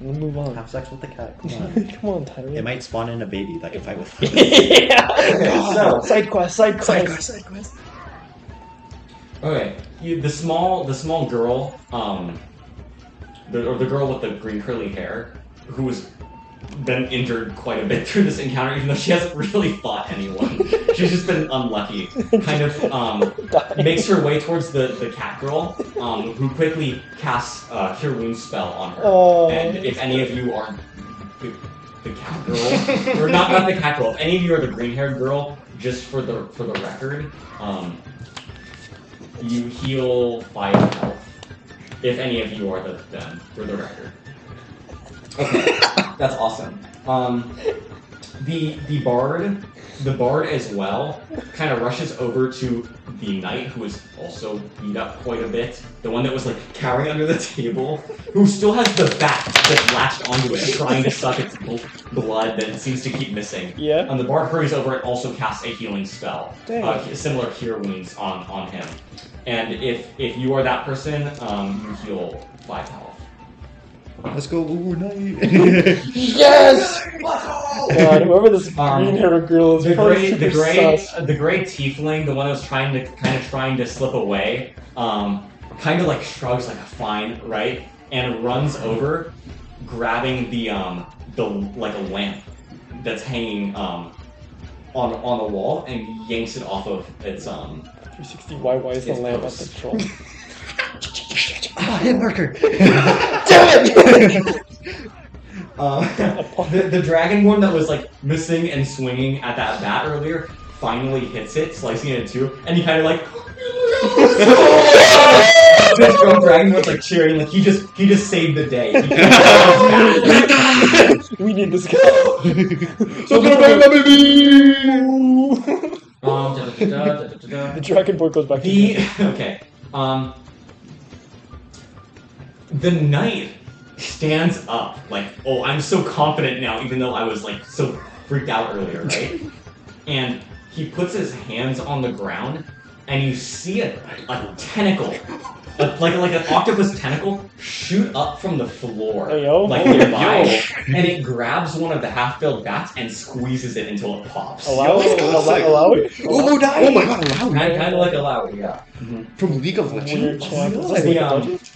We'll move on. Have sex with the cat. Come on. Come on, Tyler. it might spawn in a baby that can fight with. yeah. So- side quest. Side quest. Side quest, side quest. Okay, you, the small the small girl, um, the, or the girl with the green curly hair, who's been injured quite a bit through this encounter, even though she hasn't really fought anyone. She's just been unlucky. Kind of um, Die. makes her way towards the, the cat girl, um, who quickly casts uh, Cure Wounds spell on her. Oh. And if any of you are the, the cat girl, or not, not the cat girl, if any of you are the green haired girl, just for the for the record, um, you heal five health. If any of you are the them, for the record. Okay, that's awesome. Um, the the bard, the bard as well, kind of rushes over to the knight who is also beat up quite a bit. The one that was like cowering under the table, who still has the bat that latched onto it, trying to suck its bl- blood that seems to keep missing. Yeah. And the bard hurries over and also casts a healing spell, Dang. uh, similar cure wounds on on him. And if if you are that person, um, you heal five health. Let's go overnight. Yes. God, whoever this Um, green haired girl is, The gray, probably the super gray, sus. the gray tiefling, the one that was trying to kind of trying to slip away, um, kind of like shrugs like a fine, right, and runs over, grabbing the um the like a lamp that's hanging um on on the wall and yanks it off of its um 360 YY is the It's lamp at close. the troll. ah, hit marker. Um, the, the dragonborn that was like missing and swinging at that bat earlier finally hits it, slicing it in two, and he kind of like. this girl dragonborn's like cheering, like he just he just saved the day. He we need this guy. um, da, da, da, da, da, da, da. The dragon board goes back to The okay. Um, the knight stands up, like, oh, I'm so confident now, even though I was like so freaked out earlier, right? and he puts his hands on the ground, and you see a, a tentacle, a, like like an octopus tentacle, shoot up from the floor, Hey, yo. like Oh, nearby, and it grabs one of the half-filled bats and squeezes it until it pops. allow Yo, allow, allow it. Oh, oh my god, Kind allow of, kind of like Alawi, yeah. From League of Weird Legends? check. Is Oh, this yeah. like um, a budget?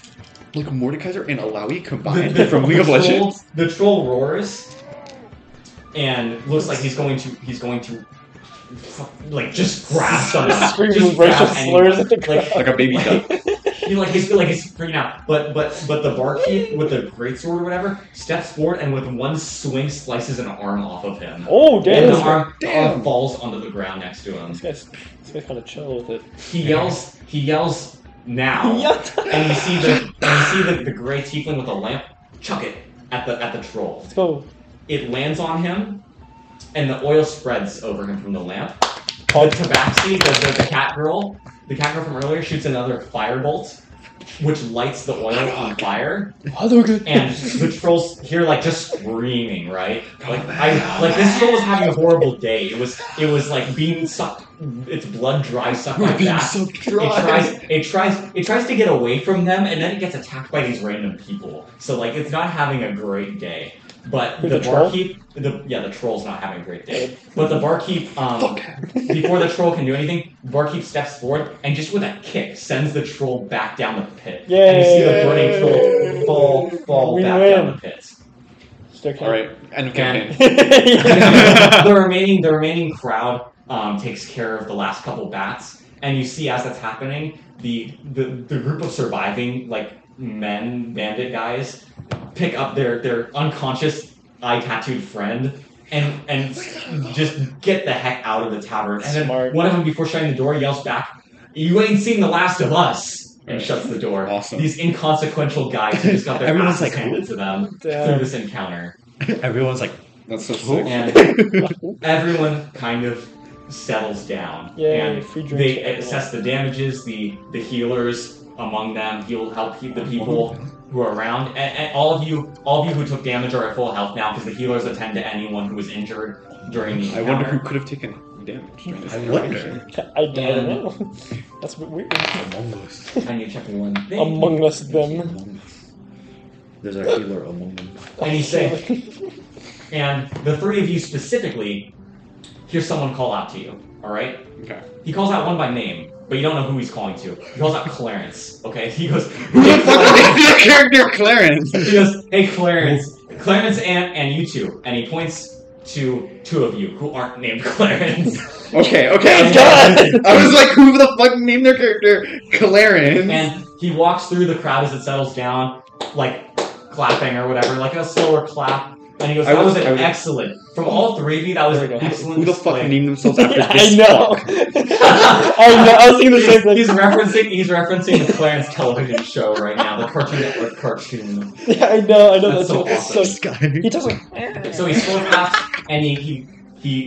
Like Mordekaiser and Alawi the, combined the, from League the of troll- Legends? The troll roars, and looks like he's going to he's going to like just grab someone. Screams just racial grab anyone. slurs at the crowd. Like, Like a baby duck. he like he's like he's freaking out, but but but the barkeep with the greatsword or whatever steps forward and with one swing slices an arm off of him. Oh and damn! the This guy- arm, the arm falls onto the ground next to him. this guy's this guy's kind of chill with it. He yells. He yells now. Yeah. And you see the and you see the, the gray tiefling with a lamp chuck it at the at the troll. Let's go. it lands on him, and the oil spreads over him from the lamp. The Pod- tabaxi, the, the, the cat girl, the cat girl from earlier, shoots another firebolt, which lights the oil on fire. Other good. And the trolls here, like, just screaming, right? Like, I, like this troll was having a horrible day. It was, it was like being sucked, its blood dry sucked by that. It tries, it tries, it tries to get away from them, and then it gets attacked by these random people. So like, it's not having a great day. But Who's the the troll? barkeep, the yeah, the troll's not having a great day. But the barkeep, um, before the troll can do anything, barkeep steps forward and just with a kick sends the troll back down the pit. And you see the burning troll fall, fall We back down win. the pit. Staircase. Alright, end of campaign. Yeah. the remaining the remaining crowd um, takes care of the last couple bats, and you see as that's happening, the the, the group of surviving like men bandit guys pick up their their unconscious eye tattooed friend and and just get the heck out of the tavern. And then Smart. one of them before shutting the door yells back, "You ain't seen the last of us." And Right. shuts the door. Awesome. These inconsequential guys who just got their Everyone's like, asses handed to them through Damn. this encounter. Everyone's like, That's so sick. And everyone kind of settles down. Yay, And free drinks. they for everyone. assess the damages, the the healers among them. He'll help keep the people who are around. And, and all of you, all of you who took damage are at full health now because the healers attend to anyone who was injured during the. I wonder who encounter. could have taken damage during this. I interaction. wonder. I don't and- know. That's a bit weird. Among us. I need to check one thing. Among us, them. Among us. There's our healer among them. And he's saying- And the three of you specifically hear someone call out to you, alright? Okay. He calls out one by name, but you don't know who he's calling to. He calls out Clarence, okay? He goes, Who the fuck named their character Clarence? He goes, hey Clarence. Clarence and, and you two. And he points to two of you who aren't named Clarence. Okay, okay. I'm God! I was like, who the fuck named their character Clarence? And he walks through the crowd as it settles down, like clapping or whatever, like a slower clap. And he goes, I that was, was- an I was- excellent. From all three of you, that was There an we go. excellent who the fuck display. named themselves after I this? know. fuck? I know. I was thinking the same He's thing. referencing he's referencing the Clarence television show right now, the Cartoon Network cartoon. I know. I know. That's That's, so that's so. awesome. This guy. He does like. So he slow claps and he he,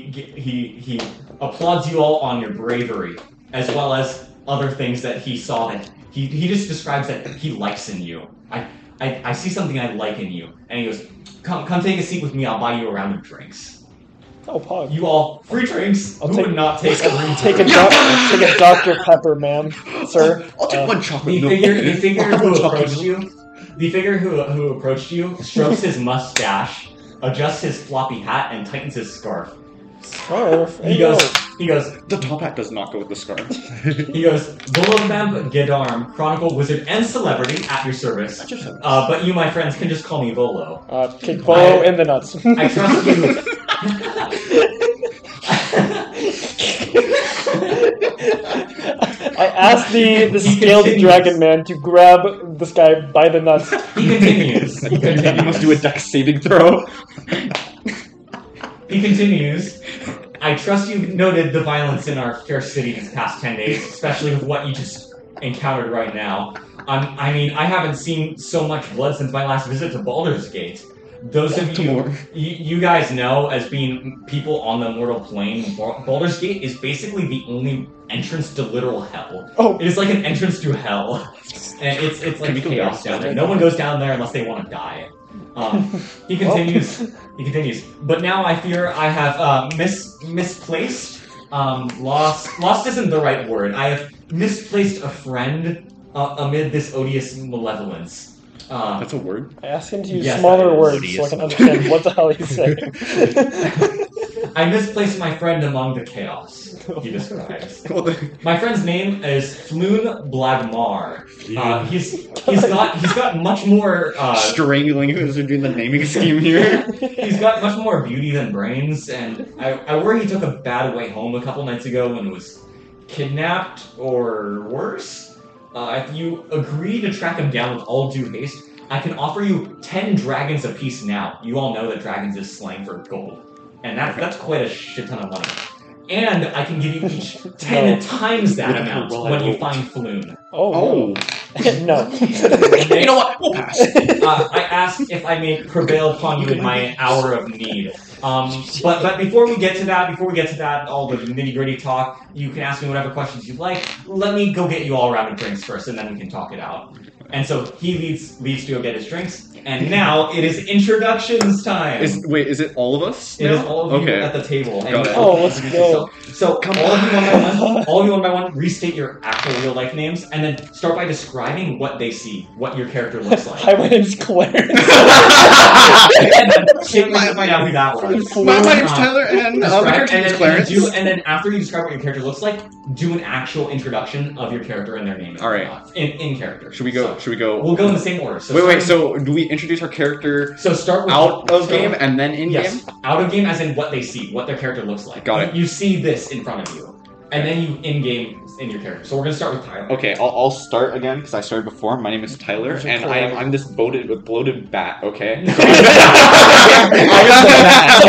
he he he applauds you all on your bravery as well as other things that he saw that he, he just describes that he likes in you. I, I I see something I like in you. And he goes, Come come take a seat with me, I'll buy you a round of drinks. Oh, pog. You all free drinks. I'll Who take- would not take a free Take a, drink? doc- take a Dr. Pepper, ma'am. Sir. I'll take Uh, one The chocolate milk. figure, the figure who Chocolate approached milk. you, the figure who who approached you, strokes his mustache, adjusts his floppy hat, and tightens his scarf. Scarf. He Hey, goes, yo. he goes, The top hat does not go with the scarf. he goes. Volomemb Gedarm, chronicle wizard and celebrity, at your service. Uh, but you, my friends, can just call me Volo. Uh, kick Polo I- in the nuts. I trust you. I asked the, the He scaled continues. dragon man to grab this guy by the nuts. he continues. He you continues. must do a dex saving throw. He continues. I trust you noted the violence in our fair city these past ten days, especially with what you just encountered right now. Um, I mean, I haven't seen so much blood since my last visit to Baldur's Gate. Those of you, Baltimore. you, you guys know, as being people on the mortal plane, Bal- Baldur's Gate is basically the only entrance to literal hell. Oh. It is like an entrance to hell, and it's it's like Can we go chaos down? down there. No one goes down there unless they want to die. Um, he Well. continues. He continues, but now I fear I have uh, mis- misplaced, um, lost. Lost isn't the right word. I have misplaced a friend uh, amid this odious malevolence. Uh, That's a word. I asked him to use Yes, smaller that is words so I can understand what the hell he's saying. I misplaced my friend among the chaos. He describes. Well, the- My friend's name is Floon Blagmar. Uh, he's he's got he's got much more uh, Strangling who's doing the naming scheme here. He's got much more beauty than brains, and I, I worry he took a bad way home a couple nights ago when was kidnapped or worse. Uh, if you agree to track him down with all due haste, I can offer you ten dragons apiece now. You all know that dragons is slang for gold, and that's that's quite a shit ton of money. And I can give you each ten times that Look at amount the roll I when you rolled. find Floon. oh, Oh. no. you know what? We'll pass. uh, I asked if I may prevail upon you in my hour of need. Um, but but before we get to that, before we get to that, all the nitty gritty talk, you can ask me whatever questions you'd like. Let me go get you all a round of drinks first, and then we can talk it out. And so he leads leads to go get his drinks, and now it is introductions time. Is, wait, is it all of us? It is now? all of you okay. at the table. And Got it. Oh, let's introduce go. yourself. So all of you one by one, all of you one by one, restate your actual real life names, and then start by describing what they see, what your character looks like. Hi, my name's Clarence. and then shake my find out who that was. My name's Uh, Tyler, and uh, describe- the character and is then- Clarence. And, do, and then after you describe what your character looks like, do an actual introduction of your character and their name. and All right. whatnot. In, in character. Should we go? So, Should we go? we'll go in the same order. So wait, wait. starting- So do we introduce our character so start with out of so- game and then in Yes, game? out of game as in what they see, what their character looks like. Got You- it. You, see this in front of you, and then you in game in your character. So we're gonna start with Tyler. Okay, I'll, I'll start again because I started before. My name is Tyler, Those are and cool. I am I'm this bloated bloated bat. Okay.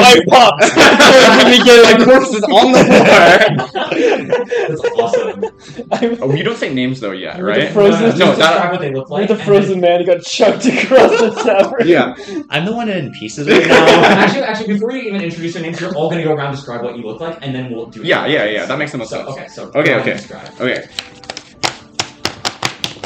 I popped. Let me get it. My corpse is on the floor. That's awesome. I'm Oh, you don't say names though yet, You're the right? frozen- No, no, no, No, just not- describe what they look like. like the and- frozen man got chucked across the tower. Yeah. Uh, I'm the one in pieces right Um, now. actually, actually, before you even introduce your names, you're all gonna go around and describe what you look like, and then we'll do. it. Yeah, yeah, yeah. That makes the most So, sense. okay, so Okay, go ahead okay. and Describe. Okay.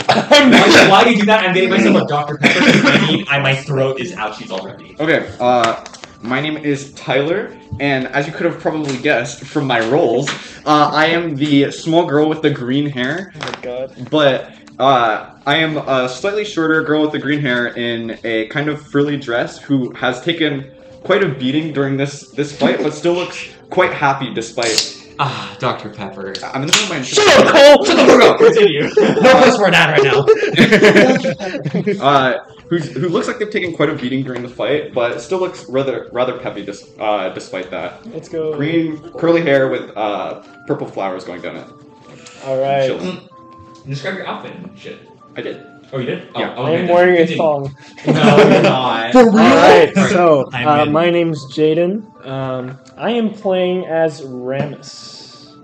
I'm Actually, while you do that, I'm getting myself a Dr Pepper. 'cause I need- I, my throat is out. She's already. Okay. Uh, my name is Tyler, and as you could have probably guessed from my roles, uh, I am the small girl with the green hair. Oh my god. But uh, I am a slightly shorter girl with the green hair in a kind of frilly dress who has taken quite a beating during this this fight, but still looks quite happy despite. Ah, Dr Pepper. I'm in the middle of my. Shut up, Cole! Shut the fuck up! Continue. No cuss word out right now. uh, who's, who looks like they've taken quite a beating during the fight, but still looks rather rather peppy dis- uh, despite that. Let's go. Green curly hair with uh, purple flowers going down it. All right. Chilling. Describe your outfit and shit. I did. Oh, you did? Oh, Yeah. okay, I'm then. wearing a Continue. thong. No, you're not. For real? Alright, Sorry. so I'm uh, in. my name's Jaden. Um, I am playing as Ramus.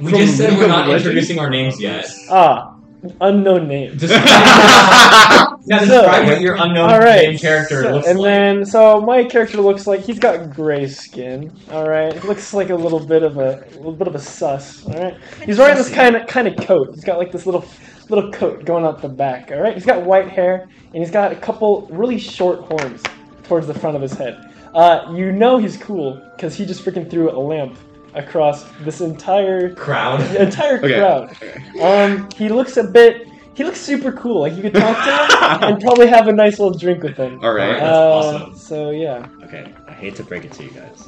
We From just said League we're of not Legends? introducing our names yet. Ah, unknown name. Describe, now So- describe what your unknown All right. main character so- looks and like. then, so my character looks like he's got gray skin. All right, He looks like a little bit of a, a little bit of a sus. All right, he's wearing this kind of kind of coat. He's got like this little little coat going out the back. All right, he's got white hair and he's got a couple really short horns towards the front of his head. Uh, you know he's cool because he just freaking threw a lamp across this entire Crowd. the entire Okay. crowd. Um, he looks a bit. He looks super cool. Like you could talk to him and probably have a nice little drink with him. All Alright. right. That's Uh, awesome. So yeah. Okay, I hate to break it to you guys.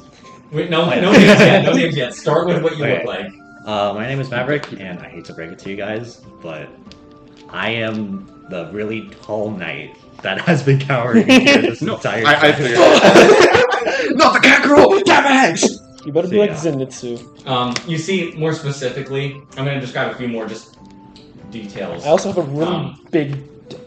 Wait, no, no names yet. No names yet. Start with what you look Okay. like. Uh, my name is Maverick, and I hate to break it to you guys, but I am the really tall knight that has been cowering here this No, entire I, I time. figured. Not the cat girl. Damn it! You better be So, like yeah. Zenitsu. Um, you see more specifically. I'm going to describe a few more just details. I also have a really Um, big.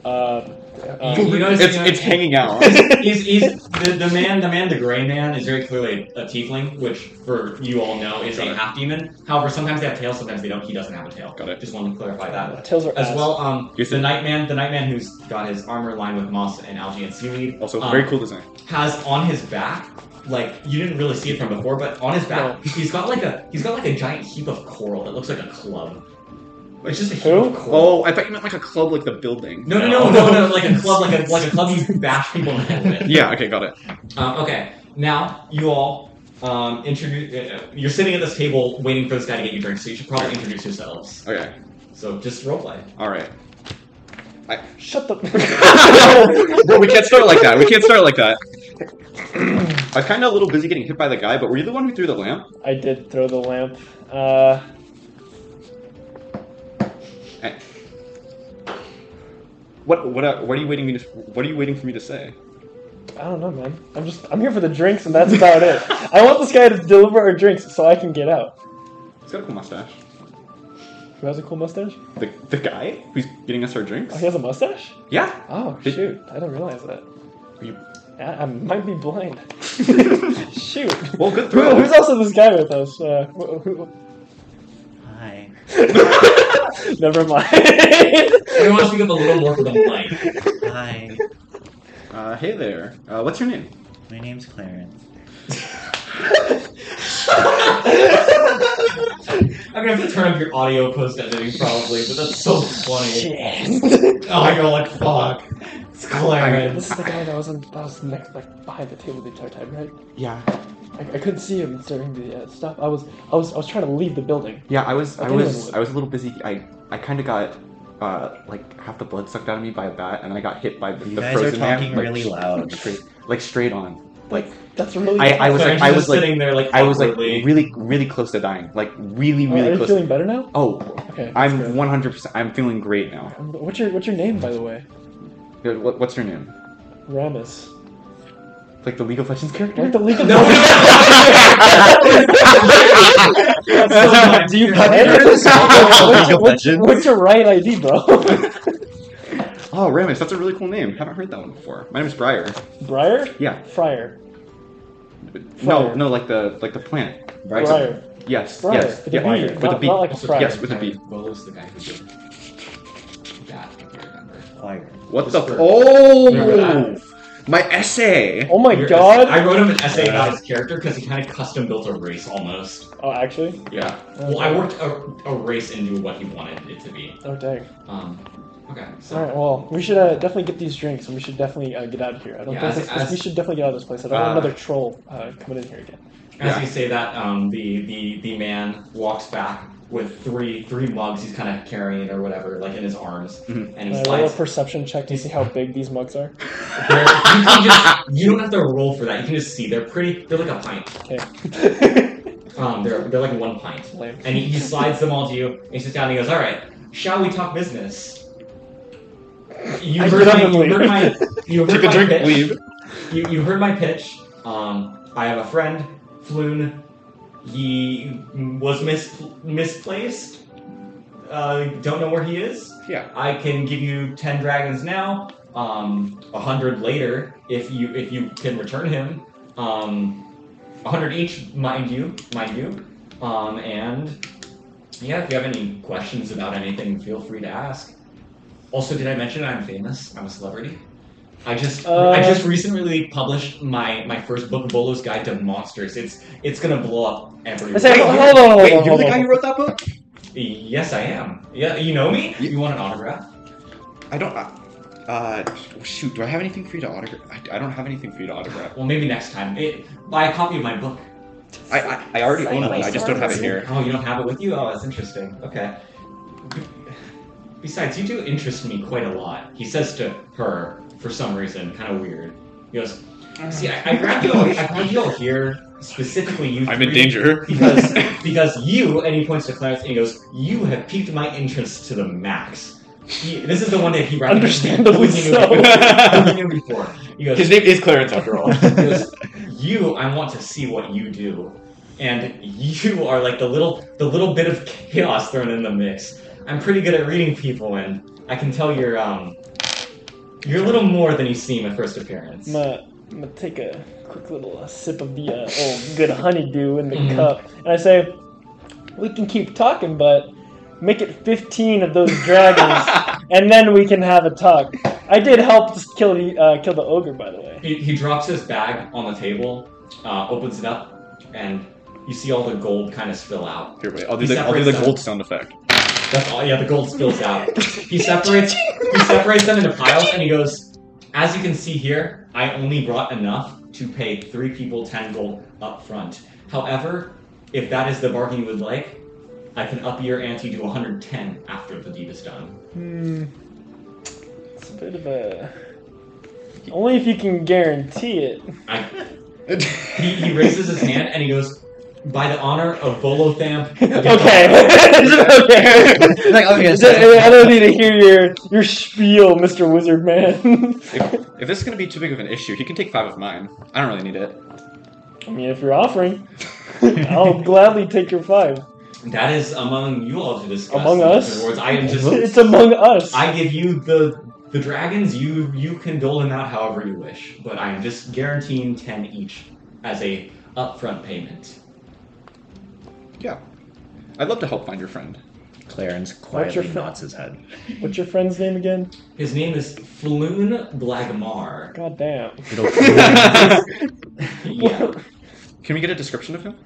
Uh, You- you um, notice- it's you it's notice- hanging out. he's, he's the, the man, the man, the gray man is very clearly a tiefling, which for you all know is Got a it. half demon. However, sometimes they have tails, sometimes they don't. He doesn't have a tail. Got it. Just wanted to clarify that. tails are As ass. well, um, Yes, the sir. Nightman, the Nightman who's got his armor lined with moss and algae and seaweed, Also, Um, very cool design. has on his back, like you didn't really see it from before, but on his back, he's got like a he's got like a giant heap of coral that looks like a club. It's just a heap Who? of coral. Oh, I thought you meant like a club, like the building. No, no, no, no, no, like a club, like a like a club you bash people in the head with. Yeah. Okay. Got it. Um, okay, now you all um, introduce. Uh, you're sitting at this table waiting for this guy to get you drinks, so you should probably introduce yourselves. Okay. So just roleplay. All right. Shut the. Bro, we can't start like that. We can't start like that. I was kind of a little busy getting hit by the guy, but were you the one who threw the lamp? I did throw the lamp. Uh, Eh. What what are- what are you waiting me to What are you waiting for me to say? I don't know, man. I'm just. I'm here for the drinks, and that's about it. I want this guy to deliver our drinks so I can get out. He's got a cool mustache. Who has a cool mustache? The the guy who's getting us our drinks. Oh, he has a mustache. Yeah. Oh Did- shoot! I didn't realize that. You- I, I might be blind. shoot. Well, good Who, throw. who's also this guy with us? Uh, who, who- Hi. never mind. Everyone wants to give a little more for the mic. Hi. Uh, hey there. Uh, what's your name? My name's Clarence. I'm gonna have to turn up your audio post editing probably, but that's so funny. Shit. Oh, you're like fuck. It's Clarence. this is the guy that was on, that was next, like behind the table the entire time, right? Yeah. I, I couldn't see him during the uh, stuff. I was, I was, I was trying to leave the building. Yeah. I was I Okay, was then. I was a little busy. I I kind of got. Uh, like half the blood sucked out of me by a bat, and I got hit by the, You the guys are frozen man, talking like, really loud. straight, like straight on, like That's really. I- I was like- Clarence I is was just like- sitting there like I was like awkwardly. really, really close to dying. Like really, Oh, really are you close. feeling better now? oh, Okay. that's I'm good. 100. percent I'm feeling great now. Um, What's your What's your name, by the way? Dude, what, what's your name? Ramus. Like the League of Legends character? Like the League of No, no, That's so funny. Do you Have play? heard of what's, League of what's- Legends? what's your right ID, bro? Oh, Ramus, that's a really cool name. Haven't heard that one before. My name is Briar. Briar? Yeah. Friar. No, Fire. no, like the like the plant. Briar. Yes, Briar, yes, with a yeah, B, with not- a B. not like a friar. yes, with a B. Volo's the guy who did that, if I remember. Fire. What the? Whisper. Remember Oh, that? my essay. Oh my Your essay- god! I wrote him an essay about his character because he kind of custom built a race almost. Oh, actually? Yeah. Well, I worked a, a race into what he wanted it to be. Oh, dang. Um, okay. So. Alright, well, we should uh, definitely get these drinks and we should definitely uh, get out of here. I don't Yeah, think as- this, this- as- we should definitely get out of this place. I don't Uh, want another troll uh, coming in here again. As Yeah. you say that, um, the, the the man walks back with three three mugs he's kind of carrying or whatever, like in his arms, and Mhm. Can he I roll a slides. perception check to see how big these mugs are? They're- you, can just, you don't have to roll for that. You can just see they're pretty. They're like a pint. Okay. Um, they're they're like one pint. Lame. And he, he slides them all to you. And he sits down and he goes, "All right, shall we talk business?" You I heard, my, definitely- you heard my you heard Take my a drink, pitch. leave. You, you heard my pitch. Um, I have a friend, Floon. He was mis- misplaced. Uh, don't know where he is. Yeah. I can give you ten dragons now. Um, a hundred later, if you if you can return him. Um, a hundred each, mind you, mind you. Um, and yeah, if you have any questions about anything, feel free to ask. Also, did I mention I'm famous? I'm a celebrity. I just I Uh, just recently published my my first book, Bolo's Guide to Monsters. It's it's gonna blow up everywhere. I say, Wait, hold you- on, hold on, Wait, hold you're on, the hold guy on. who wrote that book? Yes, I am. Yeah, you know me. You- You want an autograph? I don't. Uh, uh, shoot. Do I have anything for you to autograph? I, I don't have anything for you to autograph. Well, maybe next time. It, buy a copy of my book. I I, I already own one. I just don't have it here. Oh, you don't have it with you? Oh, that's interesting. Okay. Besides, you do interest me quite a lot. He says to her, for some reason, kind of weird. He goes, "See, I, I grabbed you. I grabbed you all here specifically. You. I'm in three, danger. because because you and he points to Clarence and he goes, "You have piqued my interest to the max." He, this is the one that he recognized. Understandably Who so. Knew, who he knew before. He goes, His name is Clarence, after all. he goes, "You, I want to see what you do," and you are like the little the little bit of chaos thrown in the mix. I'm pretty good at reading people, and I can tell you're um you're a little more than you seem at first appearance. I'm gonna, I'm gonna take a quick little uh, sip of the uh, old good honeydew in the Mm-hmm. Mhm. cup, and I say, "We can keep talking, but make it 15 of those dragons, and then we can have a talk." I did help just kill the uh, kill the ogre, by the way. He, he drops his bag on the table, uh, opens it up, and you see all the gold kind of spill out. Here, wait. I'll do He the I'll do the separates them. gold sound effect. That's all. Yeah, the gold spills out. He separates. he separates them into piles, and he goes, "As you can see here, I only brought enough to pay three people ten gold up front. However, if that is the bargain you would like, I can up your ante to 110 after the deed is done." Hmm. It's a bit of a. Only if you can guarantee it. I He, he raises his hand and he goes, "By the honor of Volothamp." okay. okay. Like, okay, Is that- I don't need to hear your your spiel, Mr. Wizard Man. if, if this is gonna be too big of an issue, he can take five of mine. I don't really need it. I mean, if you're offering, I'll gladly take your five. That is among you all to discuss. Among us? Rewards. I am just. It's among us. I give you the the dragons. You you can dole them out however you wish, but I am just guaranteeing ten each as a upfront payment. Yeah. I'd love to help find your friend. Clarence What's your quietly fi- nods his head. What's your friend's name again? His name is Floon Blagmar. God damn. Yeah. Can we get a description of him?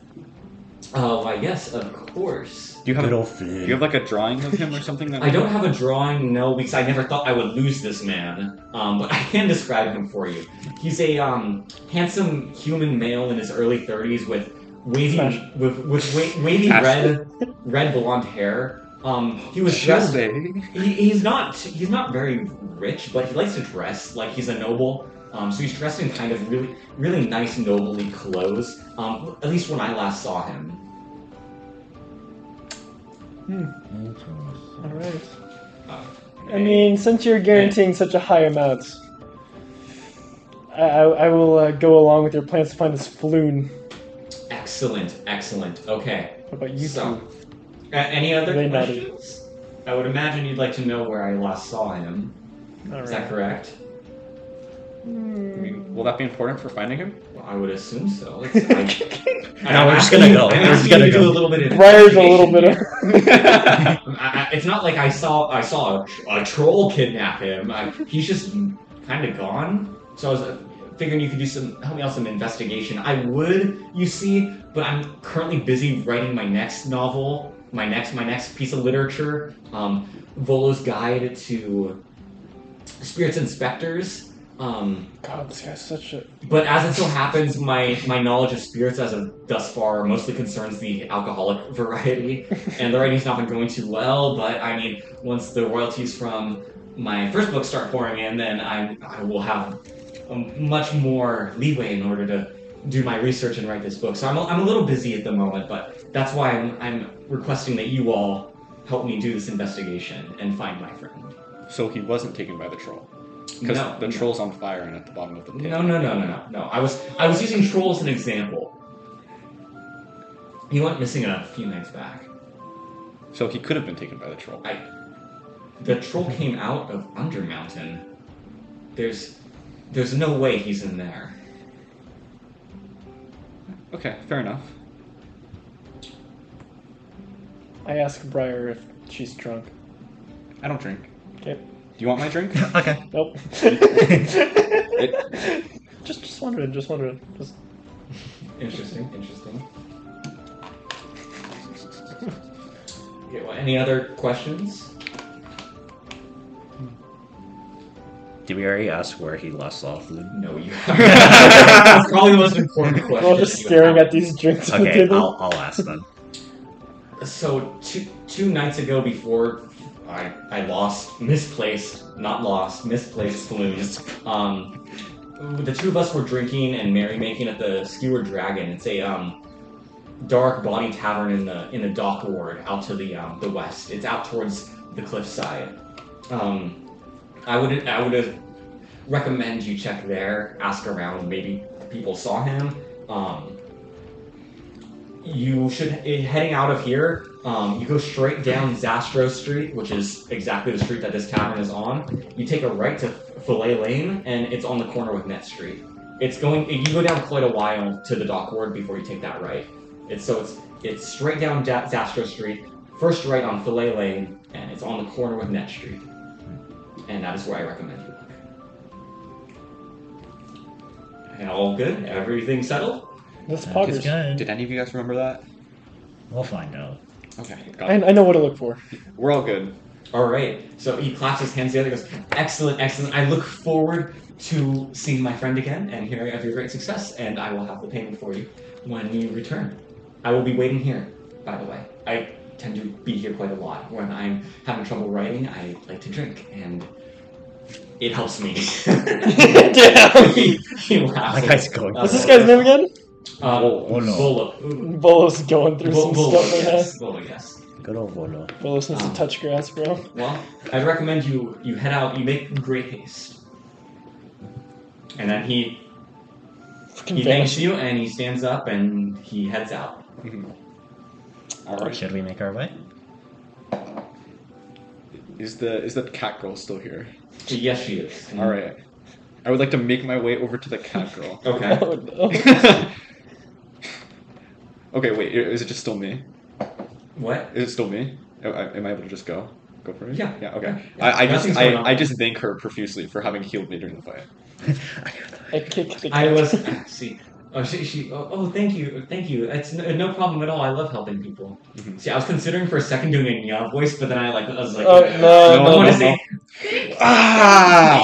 Uh, why yes, of course. Do you have a, Little do you have like a drawing of him or something? That I don't have a drawing, no, because I never thought I would lose this man. Um, but I can describe him for you. He's a um, handsome human male in his early 30s with wavy, Smash. with, with wa- wavy Smash. red, red blonde hair. Um, he was dressed. Shilde. He, he's not. He's not very rich, but he likes to dress like he's a noble. Um, so he's dressed in kind of really, really nice, nobly clothes. Um, at least when I last saw him. All right. Uh, I mean, since you're guaranteeing such a high amount, I, I, I will uh, go along with your plans to find this floon. excellent, excellent. Okay. What about you So, two? a- any other They nodded. questions? I would imagine you'd like to know where I last saw him. All Is that right. correct? I mean, will that be important for finding him? Well, I would assume so. It's, I, No, we're just gonna go. I'm We're just asking you gonna to do a go. little bit of Briar's a little investigation bit of. I, I, it's not like I saw I saw a, a troll kidnap him. I, he's just kind of gone. So I was uh, figuring you could do some help me out some investigation. I would, you see, but I'm currently busy writing my next novel, my next my next piece of literature, um, Volo's Guide to Spirits Inspectors. Um, God, this guy's such a. but as it so happens, my, my knowledge of spirits as of thus far mostly concerns the alcoholic variety, and the writing's not been going too well. But I mean, once the royalties from my first book start pouring in, then I I will have a much more leeway in order to do my research and write this book. So I'm a, I'm a little busy at the moment, but that's why I'm I'm requesting that you all help me do this investigation and find my friend. So he wasn't taken by the troll. Because No, the no. troll's on fire and at the bottom of the pit. No, no, no, no, no, no. I was I was using troll as an example. He went missing a few nights back. So he could have been taken by the troll. I the troll came out of Undermountain. There's there's no way he's in there. Okay, fair enough. I ask Briar if she's drunk. I don't drink. Okay. Do you want my drink? okay. Nope. just, just wondering. Just wondering. Just. Interesting, interesting. Okay, well, any other questions? Did we already ask where he lost off? Lou? No, you. That's probably the most important We're question. all just you staring have. at these drinks on the Okay, table. I'll, I'll ask them. So two two nights ago, before I I lost, misplaced, not lost, misplaced Saloon. Um, the two of us were drinking and merrymaking at the Skewer Dragon. It's a um dark bonny tavern in the in the dock ward out to the um the west. It's out towards the cliffside. Um, I would I would recommend you check there, ask around. Maybe people saw him. Um, you should eh, heading out of here. Um, you go straight down Zastro Street, which is exactly the street that this tavern is on. You take a right to Fillet Lane, and it's on the corner with Net Street. It's going. You go down quite a while to the dock ward before you take that right. It's so it's it's straight down da- Zastro Street, first right on Fillet Lane, and it's on the corner with Net Street. And that is where I recommend you look. And all good. Everything settled. This I think it's poggers. good. Did any of you guys remember that? We'll find out. Okay, got I, it. I know what to look for. We're all good. All right. So he claps his hands together. Goes, excellent, excellent. I look forward to seeing my friend again and hearing of your great success. And I will have the payment for you when you return. I will be waiting here. By the way, I tend to be here quite a lot. When I'm having trouble writing, I like to drink, and it helps me. Damn. he, he laughs. That guy's going. Uh, What's this guy's name again? Uh, Oh, no. Volo. Bolo's going through Vo- some Volo, stuff right now. yes. Volo, yes. Good old Volo. Bolo's needs Oh. to touch grass, bro. Well, I recommend you you head out. You make great haste. And then he he Fucking thanks vanish. you, and he stands up and he heads out. Mm-hmm. All right. Should we make our way? Is the is the cat girl still here? Yes, she is. All right. I would like to make my way over to the cat girl. Okay. Oh, no. okay, wait. i- Is it just still me? What? Is it still me? Am I am I able to just go? Go for it. Yeah. Yeah. Okay. Yeah. I, I just Nothing's going I, on. I just thank her profusely for having healed me during the fight. I kick the I was see. Oh, she, she oh, oh, thank you, thank you. It's no, no problem at all. I love helping people. Mm-hmm. Mhm. See, I was considering for a second doing a Nya voice, but then I like I was like, Oh, I no, want to no, no. say Ah!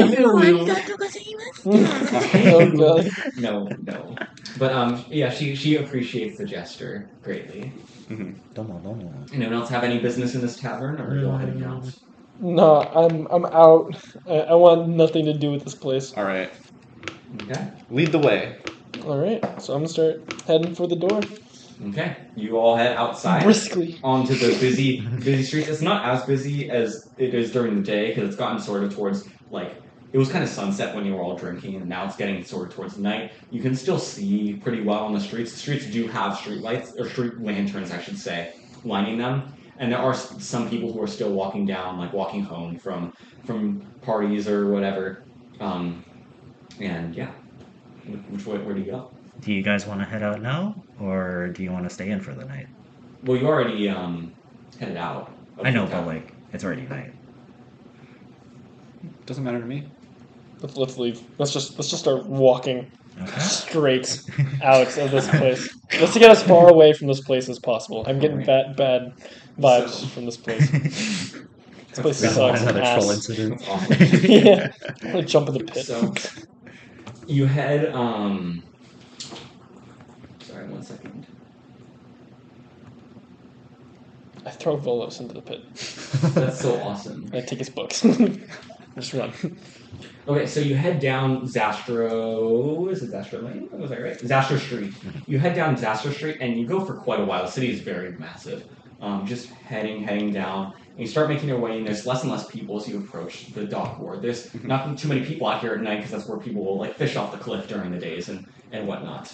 oh, God. no, no. But um, yeah, she she appreciates the gesture greatly. Mm-hmm. Domo, domo. Anyone else have any business in this tavern, or are you all heading out? No, I'm, I'm out. I, I want nothing to do with this place. All right. Okay. Lead the way. Alright, so I'm gonna start heading for the door. Okay. You all head outside. Briskly. onto the busy busy streets. It's not as busy as it is during the day because it's gotten sort of towards like it was kind of sunset when you were all drinking, and now it's getting sort of towards night. You can still see pretty well on the streets. The streets do have street lights or street lanterns, I should say, lining them. And there are s- some people who are still walking down, like walking home from from parties or whatever. Um, And yeah, Wh- which way? Where do you go? Do you guys want to head out now, or do you want to stay in for the night? Well, you already um headed out. of I know, the town. but like it's already night. Doesn't matter to me. Let's, let's leave. Let's just let's just start walking Okay. straight out of this place. Just to get as far away from this place as possible. I'm getting bad bad vibes So- from this place. This place Round one, sucks. another troll Ass. incident. yeah, I'm gonna jump in the pit. So you head um sorry, one second. I throw Volos into the pit. That's so awesome. I take his books. just run. Okay, so you head down Zastro. Is it Zastro Lane? Was I right? Zastro Street. You head down Zastro Street and you go for quite a while. The city is very massive. Um, just heading, heading down. And you start making your way, and there's less and less people as you approach the dock ward. There's not too many people out here at night because that's where people will like fish off the cliff during the days and, and whatnot.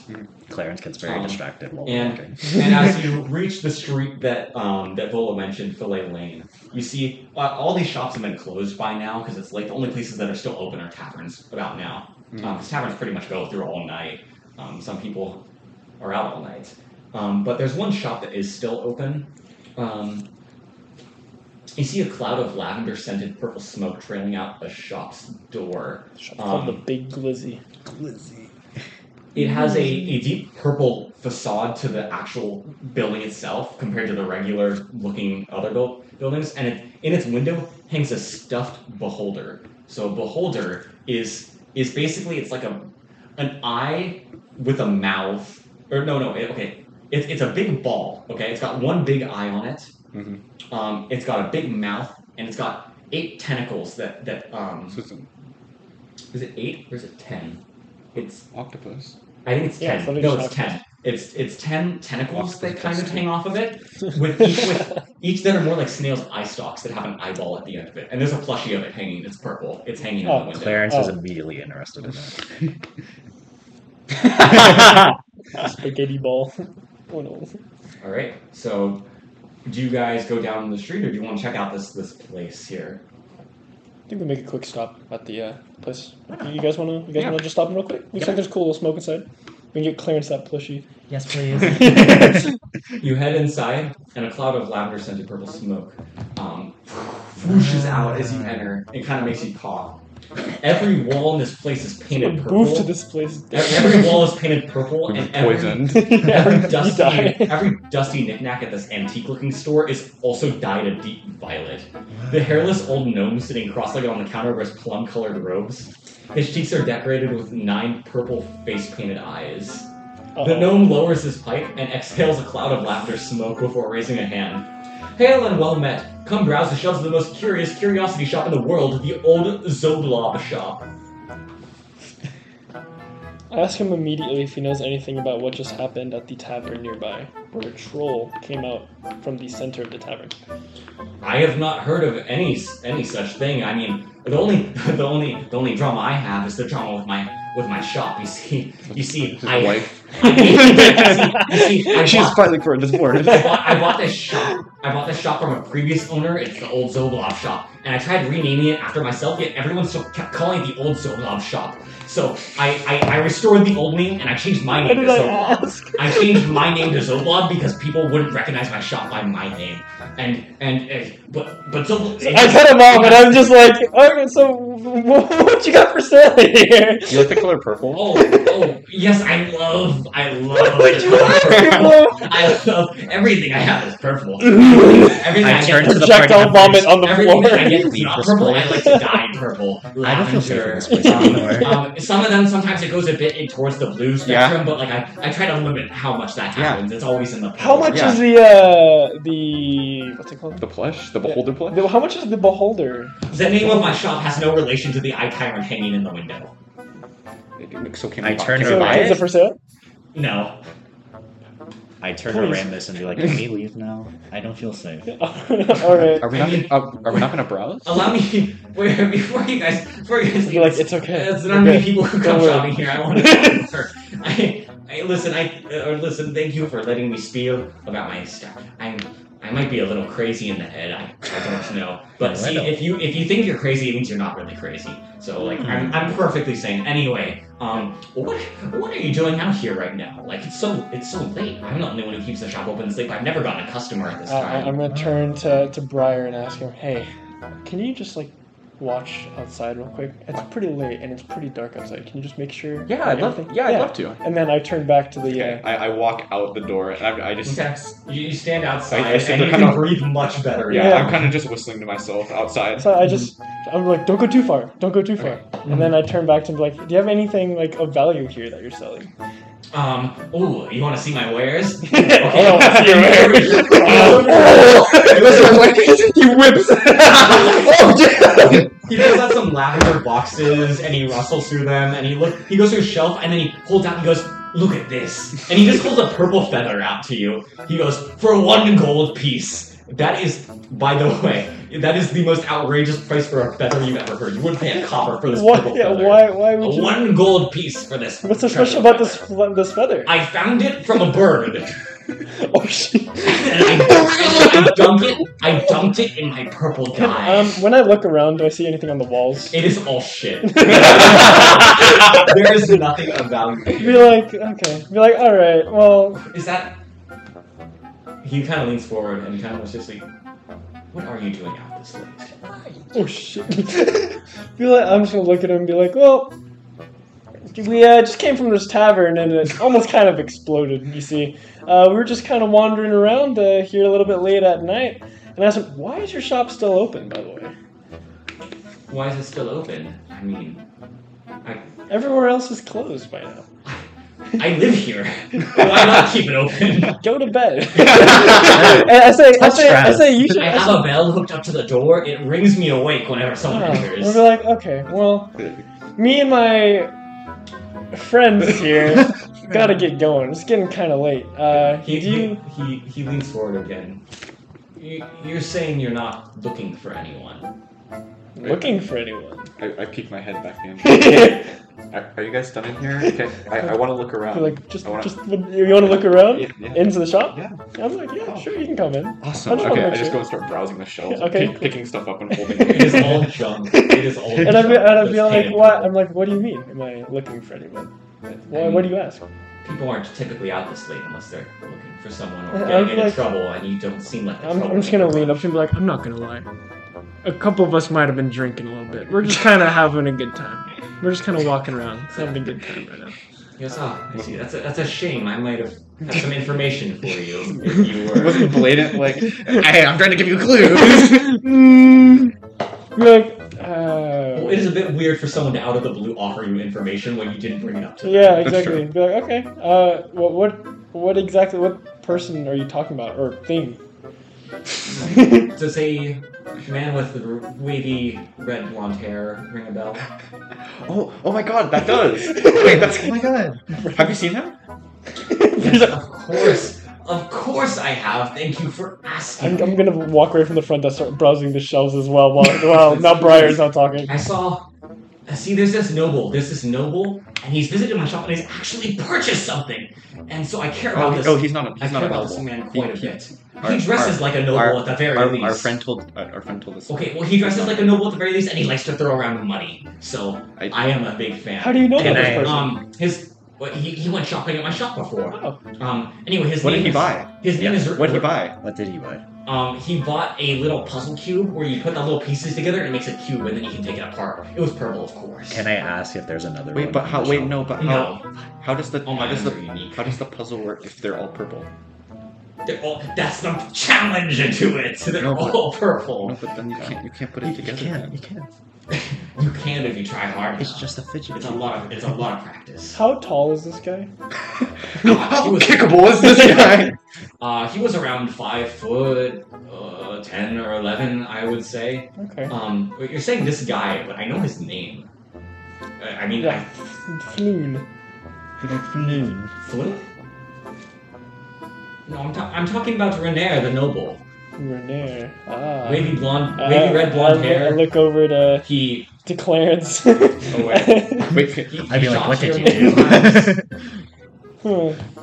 Clarence gets very Um, distracted while and- walking. and as you reach the street that um, that Vola mentioned, Fillet Lane, you see uh, all these shops have been closed by now because it's late. The only places that are still open are taverns about now, because taverns pretty much go through all night. Um, some people are out all night, um, but there's one shop that is still open. Um, you see a cloud of lavender scented purple smoke trailing out the shop's door. Shop called the Um, Big Glizzy. It has a, a deep purple facade to the actual building itself compared to the regular looking other buil- buildings, and it, in its window hangs a stuffed beholder. So a beholder is is basically it's like a an eye with a mouth, or no no it, okay it's it's a big ball okay it's got one big eye on it, Mhm. um, it's got a big mouth and it's got eight tentacles that that um So it's an is it eight or is it ten? It's octopus. I think it's Yeah, ten. somebody No, just it's ten. It's it's ten tentacles that kind of disgusting. hang off of it, with each with each that are more like snails' eye stalks that have an eyeball at the end of it. And there's a plushie of it hanging. It's purple. It's hanging on the Oh, window. Clarence is Oh. immediately interested in that. Spaghetti ball. Oh no. All right. So, do you guys go down the street, or do you want to check out this this place here? I think we make a quick stop at the uh, place. You guys wanna? You guys Ah. Yeah. wanna just stop in real quick? Looks like there's cool little smoke inside. We can get clearance that plushie. Yes, please. You head inside, and a cloud of lavender scented purple smoke um, whooshes out as you Ah. enter. It kind of makes you cough. Every wall in this place is painted purple. Move to this place. E- Every wall is painted purple, and every, Mm-hmm. Poisoned. every You dusty die. every dusty knickknack at this antique-looking store is also dyed a deep violet. The hairless old gnome sitting cross-legged on the counter wears plum-colored robes. His cheeks are decorated with nine purple face-painted eyes. The Uh-oh. gnome lowers his pipe and exhales a cloud of laughter smoke before raising a hand. Hail and well met. Come browse the shelves of the most curious curiosity shop in the world, the old Zoblob shop. I ask him immediately if he knows anything about what just happened at the tavern nearby, where a troll came out from the center of the tavern. I have not heard of any any such thing. I mean, the only the only the only drama I have is the drama with my with my shop. You see, you see, His I, wife. I you see, you see, I bought, fighting for a divorce. I bought I bought this shop. I bought this shop from a previous owner. It's the old Zoblob shop, and I tried renaming it after myself. Yet everyone still kept calling it the old Zoblob shop. So I, I I restored the old name and I changed my Why name to did I Zoblob. ask? I changed my name to Zoblog because people wouldn't recognize my shop by my name. And and, and but but Zoblog. I cut him off, and I'm just like, okay, so what, what you got for sale here? You like the color purple? Oh oh yes, I love I love. What you want? I love everything I have is purple. People? Everything I, I turn get, to the Projectile vomit on the everything floor. that I get is Leave not this purple. place. I like to dye purple. I don't feel safe in Lavender. this place um, anymore. um, some of them sometimes it goes a bit in towards the blue spectrum, but like I, I try to limit how much that Yeah. happens. It's always in the How much Yeah. is the uh the what's it called? The plush? The beholder plush? The- How much is the beholder? The name of my shop has no relation to the eye tyrant hanging in the window. So can I we buy- turn can to So we buy buy is it? it for sale? No. I turn to Please. Rambus and be like, "Can we leave now? I don't feel safe." All right. Are we I not? mean- gonna- Are are we not gonna browse? Allow me wait, before you guys before you guys Be like, it's okay. There's not many Okay. people who Don't come worry. shopping here. I want to for I, I listen, I uh, listen, thank you for letting me spiel about my stuff. I'm I might be a little crazy in the head. I, I don't know. But No, I see, don't. if you if you think you're crazy, it means you're not really crazy. So like, I'm, Hmm. I'm perfectly sane. Anyway, um, what what are you doing out here right now? Like, it's so it's so late. I'm not the only one who keeps the shop open this late. but I've never gotten a customer at this Uh, I, I- time. I'm gonna turn to to Briar and ask him, "Hey, can you just like watch outside real quick? It's pretty late and it's pretty dark outside. Can you just make sure?" Yeah, I'd love. Yeah, I'd Yeah. love to. And then I turn back to the. Uh, I, I walk out the door and I, I just. Okay. You, you stand outside I- I said and they're you kinda- can breathe much better. Yeah, Yeah. I'm kind of just whistling to myself outside. uh, so I just, I'm like, don't go too far, don't go too far. And then I turn back to him, like, do you have anything like of value here that you're selling? Um. Oh, you want to see my wares? I don't wanna see your wares. "Oh, he whips. oh, damn. He pulls out some lavender boxes and he rustles through them and he look he goes to a shelf and then he holds out and he goes, Look at this. And he just holds a purple feather out to you. He goes, For one gold piece. That is by the way, that is the most outrageous price for a feather you've ever heard. You would pay a copper for this Why? purple Yeah, feather. why? Why A would you? one gold piece for this. What's so treasure special about feather. this this feather? I found it from a bird. Oh shit. And I, I dumped it. I dumped it in my purple dye. Um, when I look around, do I see anything on the walls? it is all shit. be there is nothing of value. here. like, okay. Be like, all right. Well, Is that? He kind of leans forward and kind of was just like, "What are you doing out this late?" oh shit. be like, I'm just gonna look at him and be like, well, we uh, just came from this tavern and it almost kind of exploded. You see, uh, we were just kind of wandering around uh, here a little bit late at night, and I said, why is your shop still open? By the way, Why is it still open? I mean, everywhere else is closed by now. I live here. Why not keep it open? Go to bed. And I say, I say, I say, you should. I I have a bell hooked up to the door. It rings me awake whenever someone Oh, enters. We'll be like, okay, well, me and my friends here gotta get going. It's getting kind of late. Uh, do He, you? he, he, he leans forward again. You, you're saying you're not looking for anyone. Looking for anyone? I, I peek my head back in. Be are, are you guys done in here? Okay, I, I want to look around. like, just, I wanna- just, you want to look around Yeah, yeah. into the shop? Yeah. I was like, yeah, sure, you can come in. I Awesome. just wanna okay, I make just sure. go and start browsing the shelves, Okay. pick- picking stuff up and holding It is it. all junk. It is all. And I'd be, junk and I'd be that's like, painted. what? I'm like, what do you mean? Am I looking for anyone? Why, what do you ask? People aren't typically out this late unless they're looking for someone or I'm getting into like- trouble, and you don't seem like the I'm, trouble I'm just gonna maker. lean up to him and be like, I'm not gonna lie. A couple of us might have been drinking a little bit. We're just kind of having a good time. We're just kind of walking around, having a good time right now. He goes, "Ah, I see. That's a, that's a shame. I might have had some information for you if you were. Wasn't blatant like Hey, I'm trying to give you a clue. mm, you're like, Well, uh, it is a bit weird for someone to out of the blue offer you information when you didn't bring it up to them. yeah, exactly. Be like, okay, uh, what, what, what exactly, what person are you talking about or thing? Does a man with r- wavy red blonde hair ring a bell? Oh, oh my god, that does. Wait, that's Oh my god. have you seen that? Yes, of course. Of course I have. Thank you for asking. I'm, I'm gonna walk away from the front desk, start browsing the shelves as well. While, while now Briar's not talking. I saw. I See, there's this noble. There's this noble, and he's visited my shop and he's actually purchased something. And so I care about Oh, this. oh he's not a I he's care not a about this noble. man He- quite a he- bit. our- he dresses like a noble our- at the very Our, least. our friend told uh, our friend told us. Okay, well, he dresses like a noble at the very least, and he likes to throw around money. So I- I, am a big fan. How do you know And about this I- person? Um, his well, he, he went shopping at my shop before. Oh. Um, anyway, his What name did he is, buy? His name Yeah, is What did he buy? What did he buy? Um, he bought a little puzzle cube where you put the little pieces together and it makes a cube, and then you can take it apart. It was purple, of course. Can I ask if there's another one Wait, but in how? the Wait, shop? no, but how? No, How does the all how my does items are the unique. how does the puzzle work if they're all purple? They're all, that's the challenge to it. They're No, but- all No, purple. but then you can't you can't put it You, you together. can't. You can't. You can if you try hard. It's enough. just a fidget. it's a lot of it's a lot of practice. How tall is this guy? God, he was- kickable is this guy? Uh, he was around five foot uh, ten or eleven, I would say. Okay. Um, but you're saying this guy, but I know his name. I, I mean, Yeah. Floon. Noon. I Flynn? No, I'm, ta- I'm talking about Renair the noble, Renair. Ah. wavy blonde, Uh, wavy red blonde I, hair. I look over to, he to Clarence. Wait, he, he I'd be like, shot what did here you do? many times. Hmm.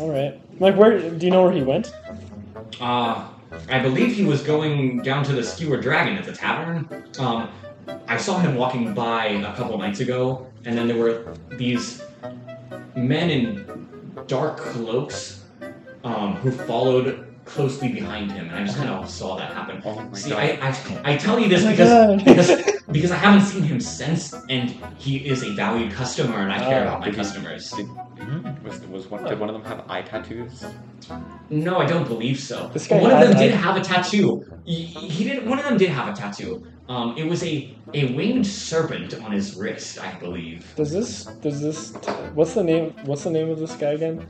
All right. Like, where do you know where he went? uh, I believe he was going down to the Skewer Dragon at the tavern. Um, I saw him walking by a couple nights ago, and then there were these men in dark cloaks um, who followed closely behind him, and I just kind of saw that happen. Oh my See, god. I, I, I tell you this Oh my because, God. because because I haven't seen him since, and he is a valued customer, and I care Oh, about my did he- customers. Mhm. Was, was one, did one of them have eye tattoos? No, I don't believe so. This guy One of had them a- did have a tattoo. He, he did. One of them did have a tattoo. Um, it was a a winged serpent on his wrist, I believe. Does this? Does this? What's the name? What's the name of this guy again?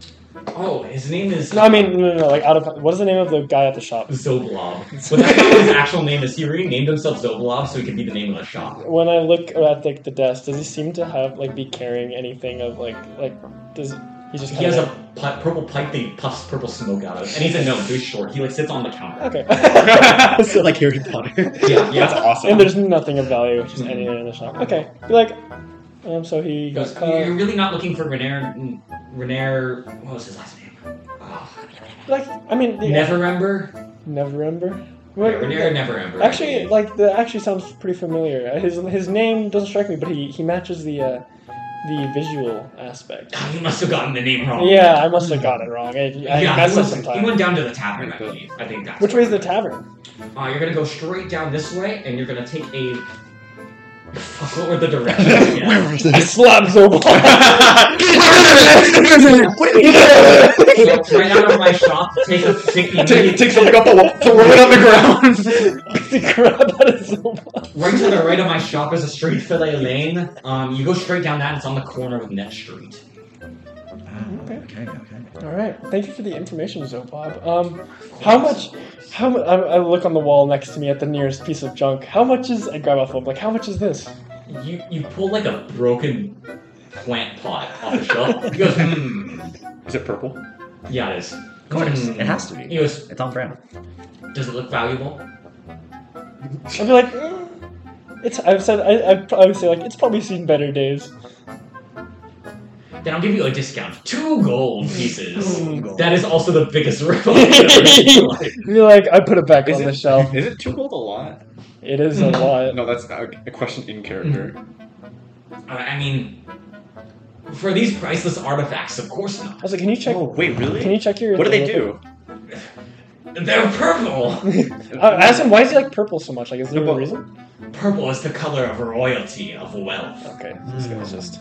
Oh, his name is. No, I mean, no, no, no, like out of. What is the name of the guy at the shop? Zoblob. But that's not what his actual name is. He renamed himself Zoblob so he could be the name of the shop. When I look at like the desk, does he seem to have like be carrying anything of like like? Does he just? He has kinda- a pu- purple pipe that he puffs purple smoke out of, and he's a gnome, so he's short. He like sits on the counter. Okay. So, like Harry Potter. Yeah, yeah. That's awesome. and there's nothing of value, just anything in the shop. Okay, be like, um, Mm-hmm. so he "Uh, He got goes, caught. You're really not looking for Renair. Renair. What was his last name? Oh, Like, I mean, the, never remember. never remember. Yeah, What- Renair never remember. Actually, like that actually sounds pretty familiar. Uh, His his name doesn't strike me, but he, he matches the uh, the visual aspect. Ah, you must have gotten the name wrong. Yeah, I must have got it wrong. I, I Oh. yeah. messed he, up was- he sometime. went down to the tavern, I believe. I think that's Which way is the tavern? Uh, you're gonna go straight down this way, and you're gonna take a. Fuck, what were the directions? again? I slapped Zobel. So right out of my shop, take a take the Take, immediate- take something off the wall, throw it on the ground. the crap out of Zobel. right to the right of my shop is a street fillet lane. Um, you go straight down that, and it's on the corner of Net Street. okay. Okay. Okay. All right, thank you for the information, Zobob. Um, how much? How much? I, I look on the wall next to me at the nearest piece of junk. How much is? I grab off the like. How much is this? You you pull like a broken plant pot off the shelf. He goes, hmm. Is it purple? Yeah, it is. Of course, Hmm. it has to He be. goes, It's on brand. does it look valuable? I'd be like, "Eh." it's. I've said. I. I'd pro- I would say like it's probably seen better days. Then I'll give you a discount. Two gold pieces. Gold. that is also the biggest rip I've ever seen. Be like, I put it back Is on it- the shelf. Is it two gold a lot? It is a lot. No, that's not a question in character. I I mean, for these priceless artifacts, of course I not. was like, can you check? Oh, wait, Can really? you check your? What do they do? They're purple. I I asked him Uh, why is he like purple so much? Like, is there No, a but- reason? Purple is the color of royalty, of wealth. Okay, this guy's just.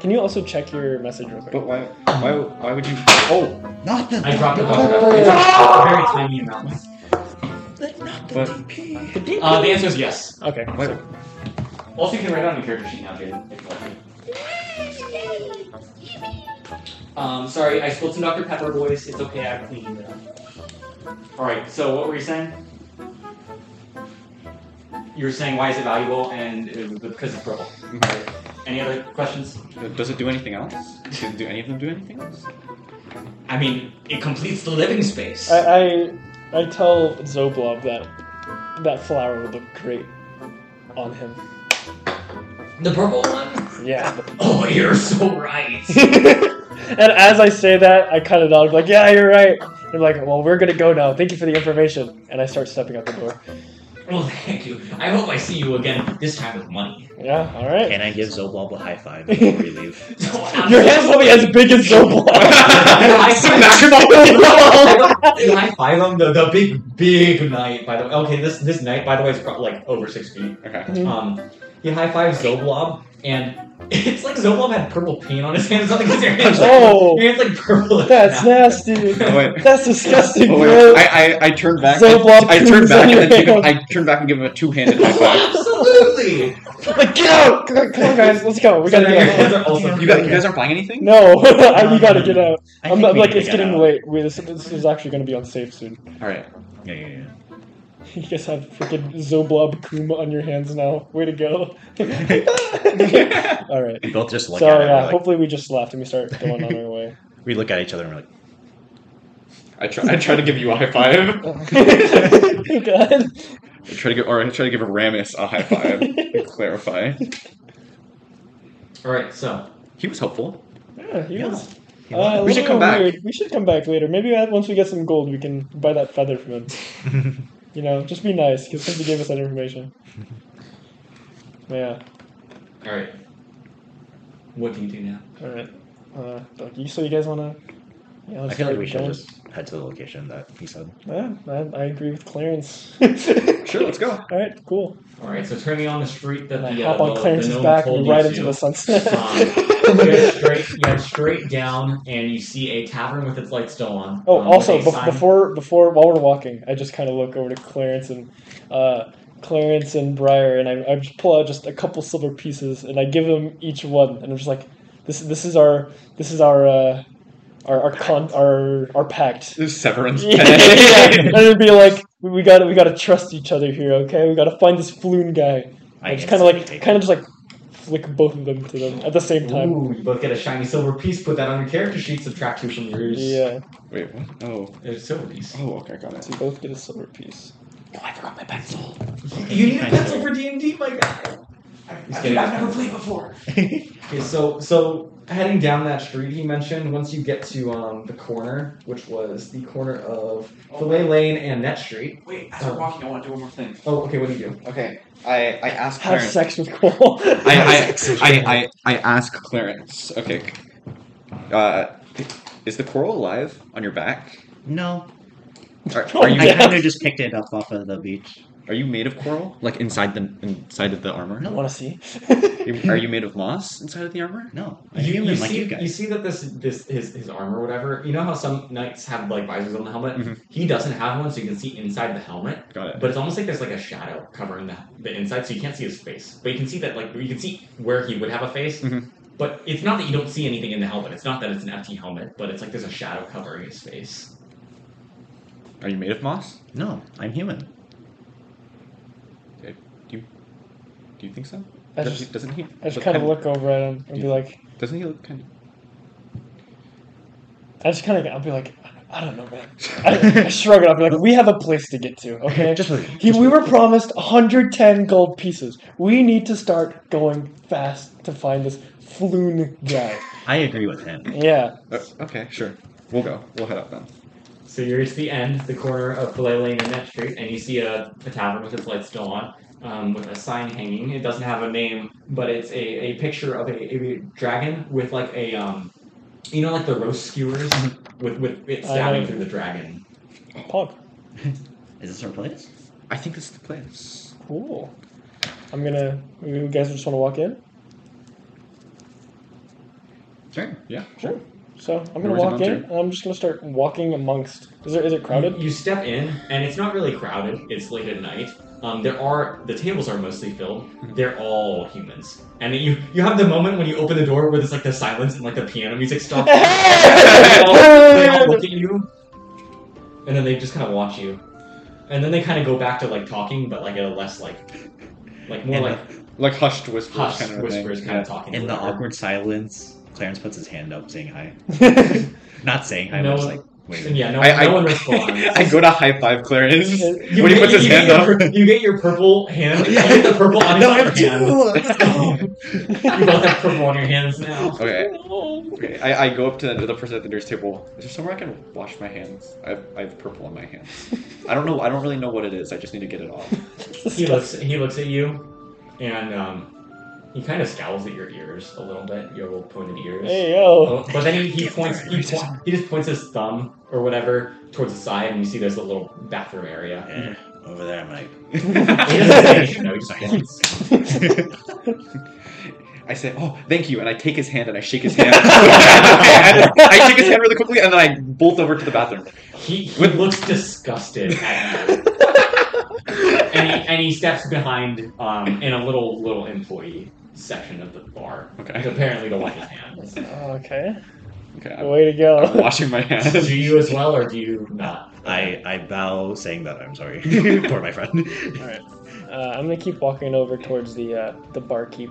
Can you also check your message real quick? Hmm. But why? Why? Why would you? Oh, Not the. I dropped a Oh. a very tiny amount. but Uh, the answer is yes. Okay. wait, Also, you can write it on your character sheet now, Jaden. if you'd like. Um, sorry, I spilled some Dr. Pepper, boys. It's okay, I cleaned it up. Alright, so what were you saying? You were saying why is it valuable and uh, because it's purple. Any other questions? does it do anything else? Do, do any of them do anything else? I mean, it completes the living space. I, I I tell Zoblob that that flower would look great on him. the purple one? Yeah. Oh, you're so right. and as I say that, I cut it off like, yeah, you're right. And like, well, we're gonna go now. Thank you for the information. And I start stepping out the door. well, thank you. I hope I see you again, this time with money. Yeah. All right. Can I give Zoblob a high five before we leave? So, Your hands will be as big as Zoblob. Smack him Zoblob. Can I find them? The, the big, big knight, by the way. Okay, this this knight, by the way, is probably like over six feet. Okay. Um, he high fives Zoblob, and it's like Zoblob had purple paint on his hands. Something because your hands, Oh. your hands like purple. as That's that. nasty. Oh, wait. That's disgusting, Oh, bro. wait. I, I I turned back. Zoblob I turned proves on back your and then give him, hand. I turned back and give him a two-handed high five. Absolutely. Like, get out! Come on, guys, let's go. We So gotta now your hands get out. are also You guys, you guys aren't buying anything? No, I, we gotta get out. I I'm think not, we like, need to it's get getting out. late. Wait, this, this is actually gonna be unsafe soon. All right. Yeah, yeah, yeah. You guys have freaking Zoblob Kuma on your hands now. Way to go. All right. We both just look so at it. yeah, we're like, hopefully we just left and we start going on our way. we look at each other and we're like, I try. I try to give you a high five. God. I try to give, or I try to give Ramus a high five. to clarify. All right, so He was helpful. Yeah, he Yeah. was. He Uh, won. a We should little come back. Weird. We should come back later. Maybe at- once we get some gold, we can buy that feather from him. you know, just be nice because somebody gave us that information. yeah. All right. What do you do now? All right. Uh, Doc, you, so you guys wanna? Yeah, I let's feel like start we should going. just head to the location that he said. Yeah, I, I agree with Clarence. Sure, let's go. All right, cool. All right, so turning on the street that And I the, hop uh, on the, the Clarence's gnome back told and you right to. into the sunset. Um, you head straight, you head straight down, and you see a tavern with its lights still on. Oh, um, also with a bef sign- before before while we're walking, I just kind of look over to Clarence and uh, Clarence and Briar, and I, I just pull out just a couple silver pieces, and I give them each one, and I'm just like, this this is our this is our uh, our our con our our pact. There's severance Yeah. pay. and it'd be like we, we got to we got to trust each other here, okay? We got to find this floon guy. I, just kind of like kind of just like flick both of them to them at the same time. Ooh, you both get a shiny silver piece. Put that on your character sheet. Subtract two from yours. Yeah, Wait, what? Oh, There's a silver piece. oh, okay, got it. so you both get a silver piece. You need a I pencil for D and D, my guy. He's I've getting his never pencil. played before. Okay, so so heading down that street he mentioned, once you get to um the corner, which was the corner of Fillet Lane and Net Oh. Street. Um, Wait, as we're walking, I want to do one more thing. Oh, okay, what do you do? Okay, I I asked Have Clarence. sex with Cole. I I, I I I ask Clarence. Okay, uh, is the coral alive on your back? No, Are, are you I kind of just picked it up off of the beach. are you made of coral? Like inside the inside of the armor? No. want to see. Are you made of moss inside of the armor? No, I'm You, human you, like see, you guys. see that this this his, his armor or whatever. You know how some knights have like visors on the helmet. Mhm. He doesn't have one, so you can see inside the helmet. Got it. But it's almost like there's like a shadow covering the, the inside, so you can't see his face. But you can see that like you can see where he would have a face. Mhm. But it's not that you don't see anything in the helmet. It's not that it's an empty helmet, but it's like there's a shadow covering his face. Are you made of moss? No, I'm human. Do you think so? I Does- just, doesn't he? I just look kind of kinda- look over at him and be like, Doesn't he look kind of? I just kind of, I'll be like, I don't know, man. I, I shrug it. I'll be like, we have a place to get to, okay? Just leave. He, we were promised 110 gold pieces. We need to start going fast to find this floon guy. I agree with him. Yeah. Uh, okay, sure. We'll go. We'll head up then. So you reach the end, the corner of Filet Lane and Net Street, and you see a, a tavern with its lights still on, um, with a sign hanging. It doesn't have a name, but it's a, a picture of a, a dragon with like a um, you know, like the roast skewers with with it Mm-hmm. I stabbing know. through the dragon. Pog. Is this our place? I think this is the place. Cool. I'm going to, you guys just want to walk in? Sure. Yeah. Sure. So I'm going to Where's it walk on in to? and I'm just going to start walking amongst. Is, there, is it crowded? You step in, and it's not really crowded. It's late at night. Um, there are the tables are mostly filled. They're all humans, and you you have the moment when you open the door where there's like the silence and like the piano music stops. they, all, they all look at you, and then they just kind of watch you, and then they kind of go back to like talking, but like at a less like like more And like Like hushed whispers, hush kind of whispers thing. kind of talking. In to the each other. awkward silence, Clarence puts his hand up, saying hi. Mm. Not saying hi, No. but just like waving. And yeah, no, I- I- no one responds. I go to high five Clarence You when he get- puts you his get hand your up. pur- you get your purple hand. You get the purple on No, your I'm hand. too. Let's go. You both have purple on your hands now. Okay. okay. I, I go up to the, to the person at the nearest table. Is there somewhere I can wash my hands? I have, I have purple on my hands. I don't know. I don't really know what it is. I just need to get it off. He looks. He looks at you, and um, he kind of scowls at your ears a little bit. Your little pointed ears. Hey, yo. Oh, But then he, he points. He, po- he just points his thumb or whatever towards the side, and you see there's a little bathroom area. Yeah, over there, Mike. He doesn't say anything, though, he just points. I say, "Oh, thank you," and I take his hand and I shake his hand. I shake his hand really quickly and then I bolt over to the bathroom. He, he looks disgusted at you. and, he, and he steps behind um, in a little little employee section of the bar. Okay. Apparently to wipe his hands. Okay. Okay. I'm, Way to go. I'm washing my hands. Do you as well or do you not? I, I bow, saying that I'm sorry for my friend. Uh, I'm gonna keep walking over towards the uh, the barkeep.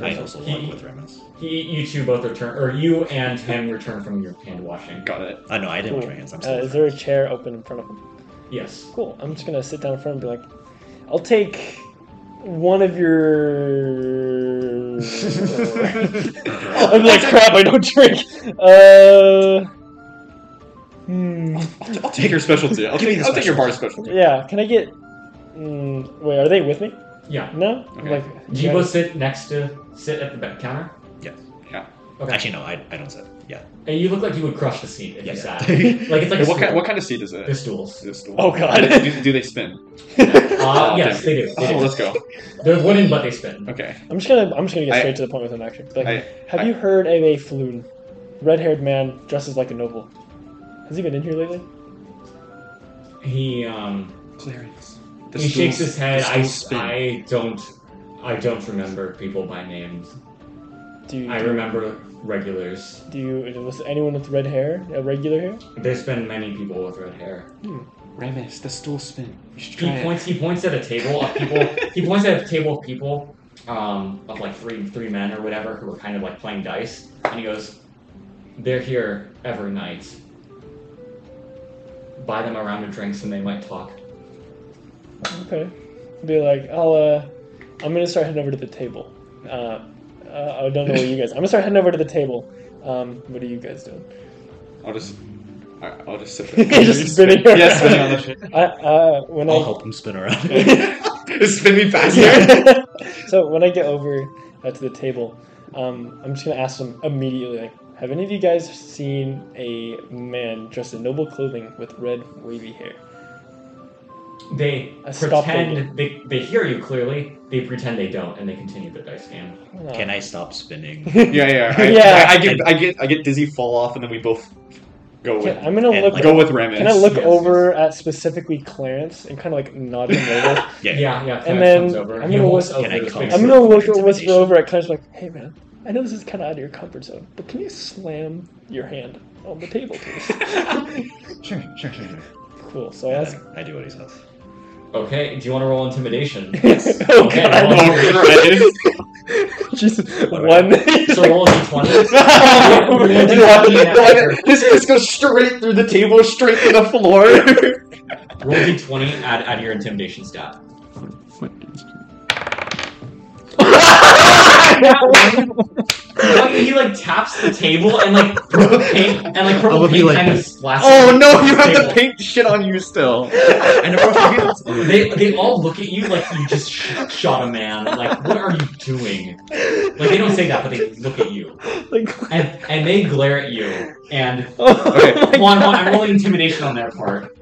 I also he, walk with Remus. he, you two both return, or you and him return from your hand washing. Got it. Oh no, I didn't wash my Cool. hands. I'm Uh, still. is there a chair open in front of him? Yes. Cool. I'm just gonna sit down in front and be like, I'll take one of your I'm like, crap, I don't drink. Uh. Hmm. I'll take your specialty. I'll, take, I'll take your bar specialty. Yeah, can I get. Mm, wait, are they with me? Yeah. No? I'm Okay. Like, Jibo sit next to sit at the back counter, Yes. Okay. Actually, no, I, I don't sit. Yeah. and you look like you would crush the seat if Yeah, you yeah. sat. like it's like Okay, a what, kind, stool. what kind of seat is it? the stools. Is it stool? Oh, God. Do, do they spin? Uh, Oh, yes, damn. they do. They Oh, do. let's go. They're wooden, but they spin. Okay. I'm just gonna I'm just gonna get I- straight to the point with him actually. Like, I- have I- you heard of a floon? Red haired man dresses like a noble. Has he been in here lately? He um Clarence. he shakes his head. I, I don't I don't remember people by names. Do you I remember regulars. do you was anyone with red hair a regular here? There's been many people with red hair. Remus, the stool spin. You should He points. He points at a table of people. he points at a table of people, um, of like three three men or whatever who are kind of like playing dice, and he goes, "They're here every night. Buy them a round of drinks, and they might talk." Okay. Be like, I'll uh I'm gonna start heading over to the table. Uh, uh I don't know what you guys I'm gonna start heading over to the table. Um, what are you guys doing? I'll just, I- I'll just sit there. Just spinning around. Yeah, spinning on the shit. I, uh, when I'll I help him spin around. spin me faster. so when I get over uh, to the table, um, I'm just gonna ask them immediately. Like, have any of you guys seen a man dressed in noble clothing with red wavy hair? They I stopped pretend they, they hear you clearly. They pretend they don't, and they continue their dice game. Uh, Can I stop spinning? Yeah, yeah. I, Yeah. I, I get, I get, I get dizzy fall off, and then we both go with, can- I'm gonna And, look. like- go with Remus. can I look yes, over at specifically Clarence and kind of like nod him over? Yeah. Yeah, yeah. And Clarence then comes over. I'm He gonna looks look- over Can I the come- space. I'm gonna look Intimidation. whisper over at Clarence like, "Hey man, I know this is kind of out of your comfort zone, but can you slam your hand on the table, please?" sure, sure, sure. cool. So I ask. I do what he says. Okay. Do you want to roll intimidation? oh Okay, God. roll- Jesus. Whatever. One. so roll a d20. this just goes straight through the table, straight to the floor. Roll d20, add, add your intimidation stat. he like taps the table and like purple paint and like I purple would be paint like kind of this. splashes. oh on no, you have table. to paint shit on you still. I never forget. They they all look at you like you just sh- shot a man. Like what are you doing? Like they don't say that, but they look at you Like, and and they glare at you. And oh Okay. my one one, God. I'm rolling intimidation on their part.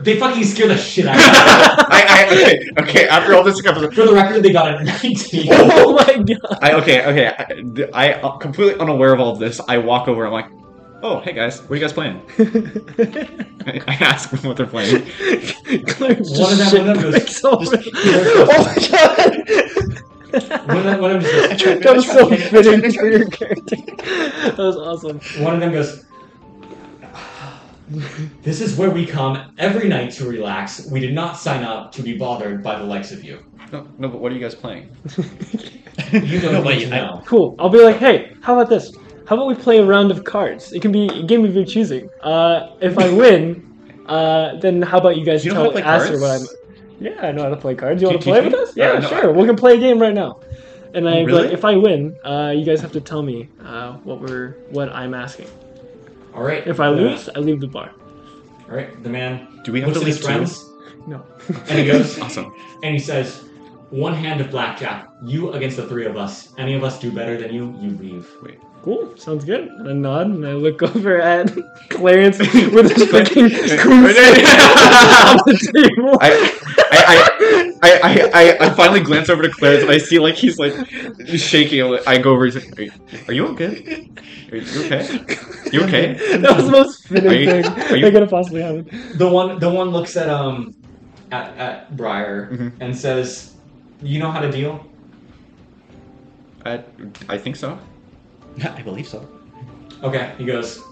They fucking scare the shit out of you. I, I, okay, okay. After all this comes, For the record, they got a 19. Oh my god. I okay, okay. I, I completely unaware of all of this. I walk over. I'm like, oh hey guys, what are you guys playing? I, I ask them what they're playing. Clarence One of just them- one of them goes- shit bricks over. Oh my One god. of them, one of them just goes, That was so fitting for your character. That was awesome. one of them goes, This is where we come every night to relax. We did not sign up to be bothered by the likes of you. No, no, but what are you guys playing? You don't No, wait, need to I- know. Cool. I'll be like, hey, how about this? How about we play a round of cards? It can be a game of your choosing. Uh, if I win, uh, then how about you guys You know tell how to play ask her cards? what I'm. Yeah, I know how to play cards. You Can want to you play teach with me? us? Yeah, Yeah, no, sure. We can play a game right now. And I Really? like, if I win, uh, you guys have to tell me uh, what we're what I'm asking. All right. If I the- lose, I leave the bar. All right. The man Do we have looks to at leave his friends? friends No. and he goes, Awesome. and he says, One hand of blackjack, you against the three of us. Any of us do better than you, you leave. Cool. Sounds good. And I nod and I look over at Clarence with his fucking coon stick on I, the table. I, I, I, I, I finally glance over to Clarence and I see like he's like shaking. I go over. He's like, are you, are you okay? Are you okay? You okay? That was the most Are fitting you- thing are you- that could have possibly happened. The one the one looks at um at, at Briar Mhm. and says, You know how to deal? I, I think so. I believe so. Okay, he goes.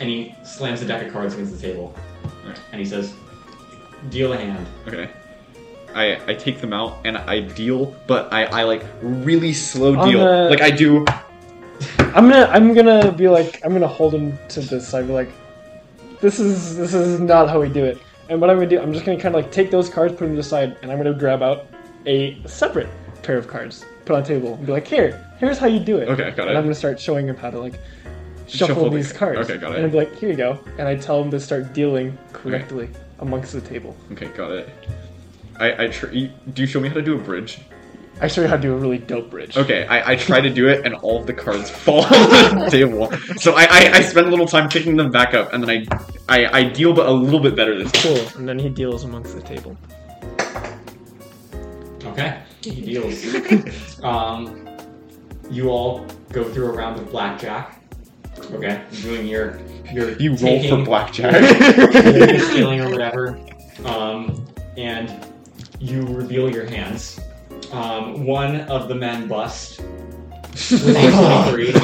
And he slams the deck of cards against the table. Alright. And he says, Deal a hand. Okay. I, I take them out and I deal, but I, I like really slow On deal. the- Like I do. I'm gonna I'm gonna be like I'm gonna hold him to this side. Be like, this is this is not how we do it. And what I'm gonna do, I'm just gonna kind of like take those cards, put them to the side, and I'm gonna grab out a separate pair of cards, put on a table, and be like, "Here, here's how you do it." Okay, got And I'm it. gonna start showing him how to like shuffle, Shuffle the these ca- cards. okay, got it. And I'd be like, "Here you go," and I tell him to start dealing correctly amongst the table. Okay, got it. I, I tr- you, do you show me how to do a bridge? I show you how to do a really dope bridge. Okay, I, I try to do it and all of the cards fall on the table. So I, I, I spend a little time picking them back up and then I, I I deal but a little bit better this time. Cool. And then he deals amongst the table. Okay, he deals. um, you all go through a round of blackjack. Okay, you're doing your your You roll taking, for blackjack. you're stealing or whatever, um, and you reveal your hands. Um, one of the men bust. With a 23. no,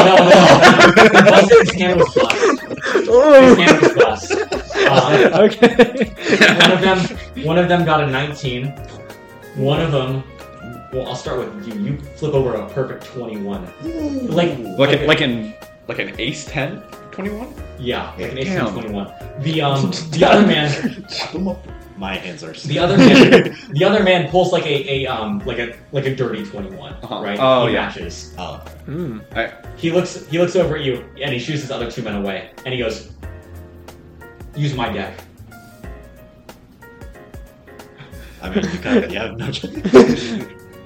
no, no. Bust, his hand was bust. His hand was bust. Um, okay. one of them one of them got a 19 one of them well i'll start with you you flip over a perfect 21 like like, an, like an like an ace 10? 21? yeah like an 18 Damn. 21 the um the other man My hands are the other man the other man pulls like a, a um like a like a dirty 21 Uh-huh. right Oh, he yeah. matches Oh, Hmm. he looks he looks over at you and he shoots his other two men away and he goes use my deck I mean, you, got, you have no choice.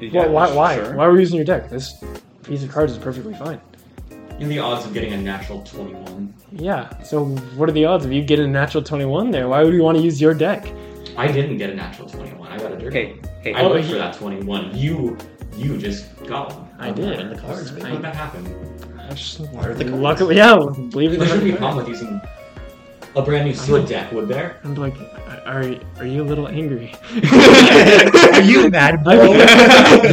Yeah, well, why? Why? sure. Why were we using your deck? This piece of cards is perfectly fine. you know the odds of getting a natural 21 Yeah. So what are the odds of you getting a natural twenty-one there? Why would we want to use your deck? i didn't get a natural 21 i got a dirty Hey, hey, I Oh, looked he- for that 21. You, you just got one. I did. in the cards, How did baby. that happen? I just- Where are the cards? Luckily, yeah. Believe it There or shouldn't be a not. problem with using a brand new sealed deck, would there? I'm like, are are you a little angry? Are you mad,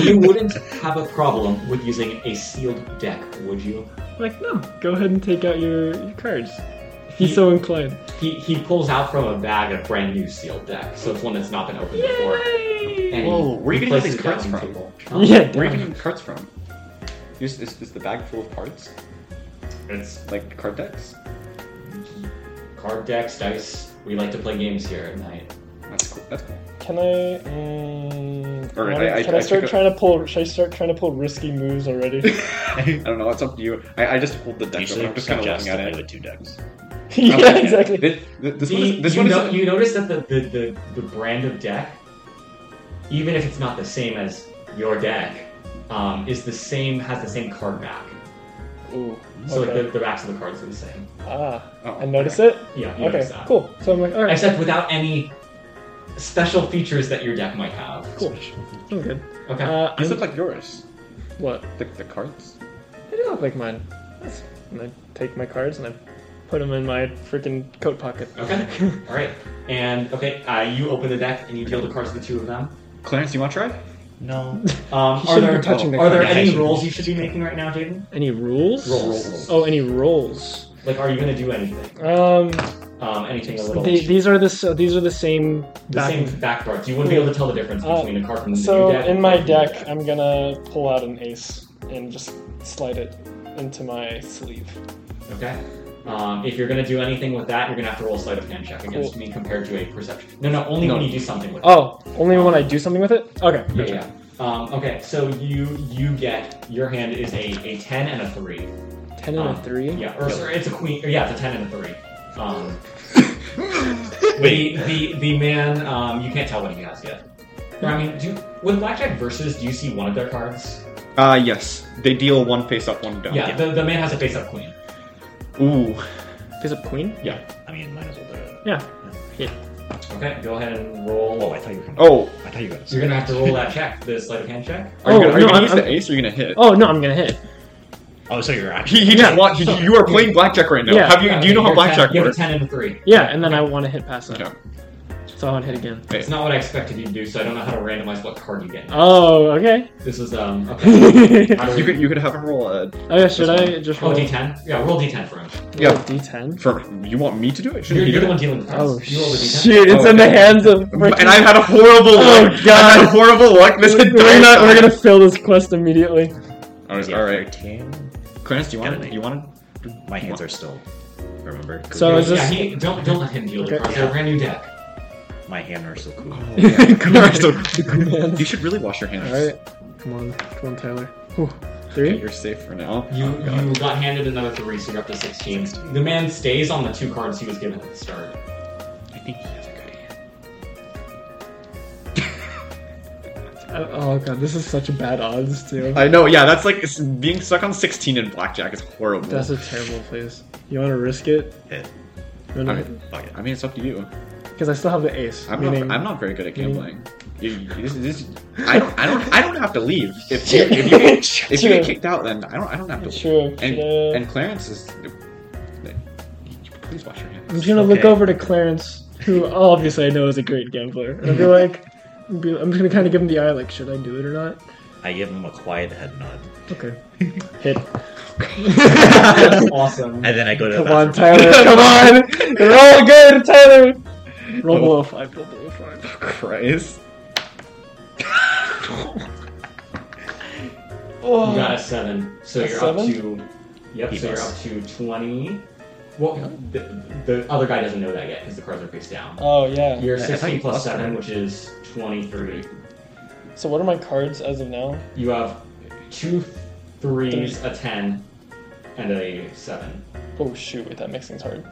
you wouldn't have a problem with using a sealed deck, would you? like, no. Go ahead and take out your, your cards. If you're so inclined. He he pulls out from a bag a brand new sealed deck, so it's one that's not been opened before. Yay! And he- Whoa, where are you he getting all places these it down cards on the from? table. Huh? Yeah. Where are you Damn. getting cards from? Is, is, is the bag full of cards? It's Like card decks? card decks, dice. We like to play games here at night. That's cool. That's cool. Can I? Um, Or wanna- I- I- can I, I start pick up- trying to pull? Should I start trying to pull risky moves already? I don't know. It's up to you. I, I just pulled the deck. Usually, Open. I'm just kind of looking at play it. with two decks. yeah, Okay, exactly. This, this The- one is, this you, one know- is you notice that the, the, the, the brand of deck, even if it's not the same as your deck, um, is the same has the same card back. Ooh. So like, Okay. the, the backs of the cards are the same. Ah, Oh, I notice it. Yeah, you Okay, notice that. cool. So I'm like, all right, Except without any special features that your deck might have. cool. I'm good. Okay. Uh, These I'm- look like yours. what? The, the cards. They do look like mine. That's- And I take my cards and I put them in my freaking coat pocket. Okay. All right. And okay, uh, you open the deck and you deal the cards to the two of them. Clarence, you want to try? No. Um, You are shouldn't there be touching the are there cards. Yeah, I any should- rolls you should be making right now, Jaden? Any rules? Roll, roll, roll. Oh, any rolls. Like, are you gonna do anything? Um, Um, anything a little. the- these are the s- these are the same. The back- same back cards. You wouldn't be able to tell the difference Uh, between a card from the So new deck. in and the my old deck, I'm gonna pull out an ace and just slide it into my sleeve. Okay. Um, if you're gonna do anything with that, you're gonna have to roll a sleight of hand check against me compared to a perception. No, no, only when you do something with it. Oh, only when I do something with it. Okay. Yeah, yeah. Um, okay, so you you get your hand is a, a ten and a three. Ten and Um, a three. Yeah, or sorry, it's a queen. Or yeah, it's a ten and a three. Um, Wait. the the the man. Um, you can't tell what he has yet. Or, I mean, do with blackjack versus, do you see one of their cards? Uh, yes. They deal one face up, one down. Yeah, The, the man has a face up queen. Ooh. Piece of queen. I mean, might as well do it. Yeah. Okay, go ahead and roll. Oh, I thought you were gonna. Oh. I thought you were gonna. You're gonna have to roll that check, the sleight of hand check. Are you Oh, gonna, no, are you gonna I'm- use I'm- the ace or are you gonna hit? Oh no, I'm gonna hit. Oh, so you're actually. He, he just wa- he- you are playing blackjack right now. Yeah. Have you? do you know how You're blackjack 10, You have a works? ten and a three. Yeah, and then I want to hit past that. Yeah. So I want to hit again. It's not what I expected you to do, so I don't know how to randomize what card you get. Oh, okay. This is um. Okay. oh How do we- You could you could have him roll uh, a yeah, should I just roll roll d10. Yeah, roll d10 for him. Yeah. roll D10? for you want me to do it? Should You're, he you're the do one it? dealing with cards. Oh you roll the d10. shoot! It's in the Okay. hands of. And I've had a horrible Oh, luck. God. I've had horrible luck. This we're, entire not, we're time. gonna fail this quest immediately. All right, Yeah, all right. 13. Clarence, do you want Gotta it? You want it? My hands are still. Remember. So is yeah, this? he, don't don't let him deal with Okay. Oh, cards. They're a brand new deck. My hand are so cool. Oh. you should really wash your hands. Alright. Come on. Come on, Tyler. Whew. Okay, Three? You're safe for now. You, Oh, God. you got handed another three, so you're up to 16. The man stays on the two cards he was given at the start. I think he has a good hand. Uh, oh god, this is such bad odds too. I know. Yeah, that's like it's being stuck on 16 in blackjack is horrible. That's a terrible place. You want to risk it? Hit. Alright. Fuck it. I mean, it's up to you. Because I still have the ace. I'm meaning, not. I'm not very good at meaning- gambling. You- this- this- I don't. I don't. I don't have to leave. If, if, if you get, if you get True. kicked out, then I don't. I don't have to. Leave. True. And true. and Clarence is. Please wash your I'm hands. just gonna look Okay. over to Clarence, who obviously I know is a great gambler, and I'll be like, be- I'm just gonna kind of give him the eye, like, should I do it or not? I give him a quiet head nod, Okay. Hit. That's awesome. and then I go to Come the on, bathroom. Tyler. Come on. You're all good, Tyler. Roll below five. Roll below five. Christ. You Oh. got a seven, so A you're up seven? to. Yep, He so you're up to 20. Well, the, the other guy doesn't know that yet because the cards are face down. Oh yeah. You're I thought 16 you plus plus 7, seven. which is 23. So what are my cards as of now? You have two threes, a 10, and a 7. Oh shoot! Wait, that makes things hard.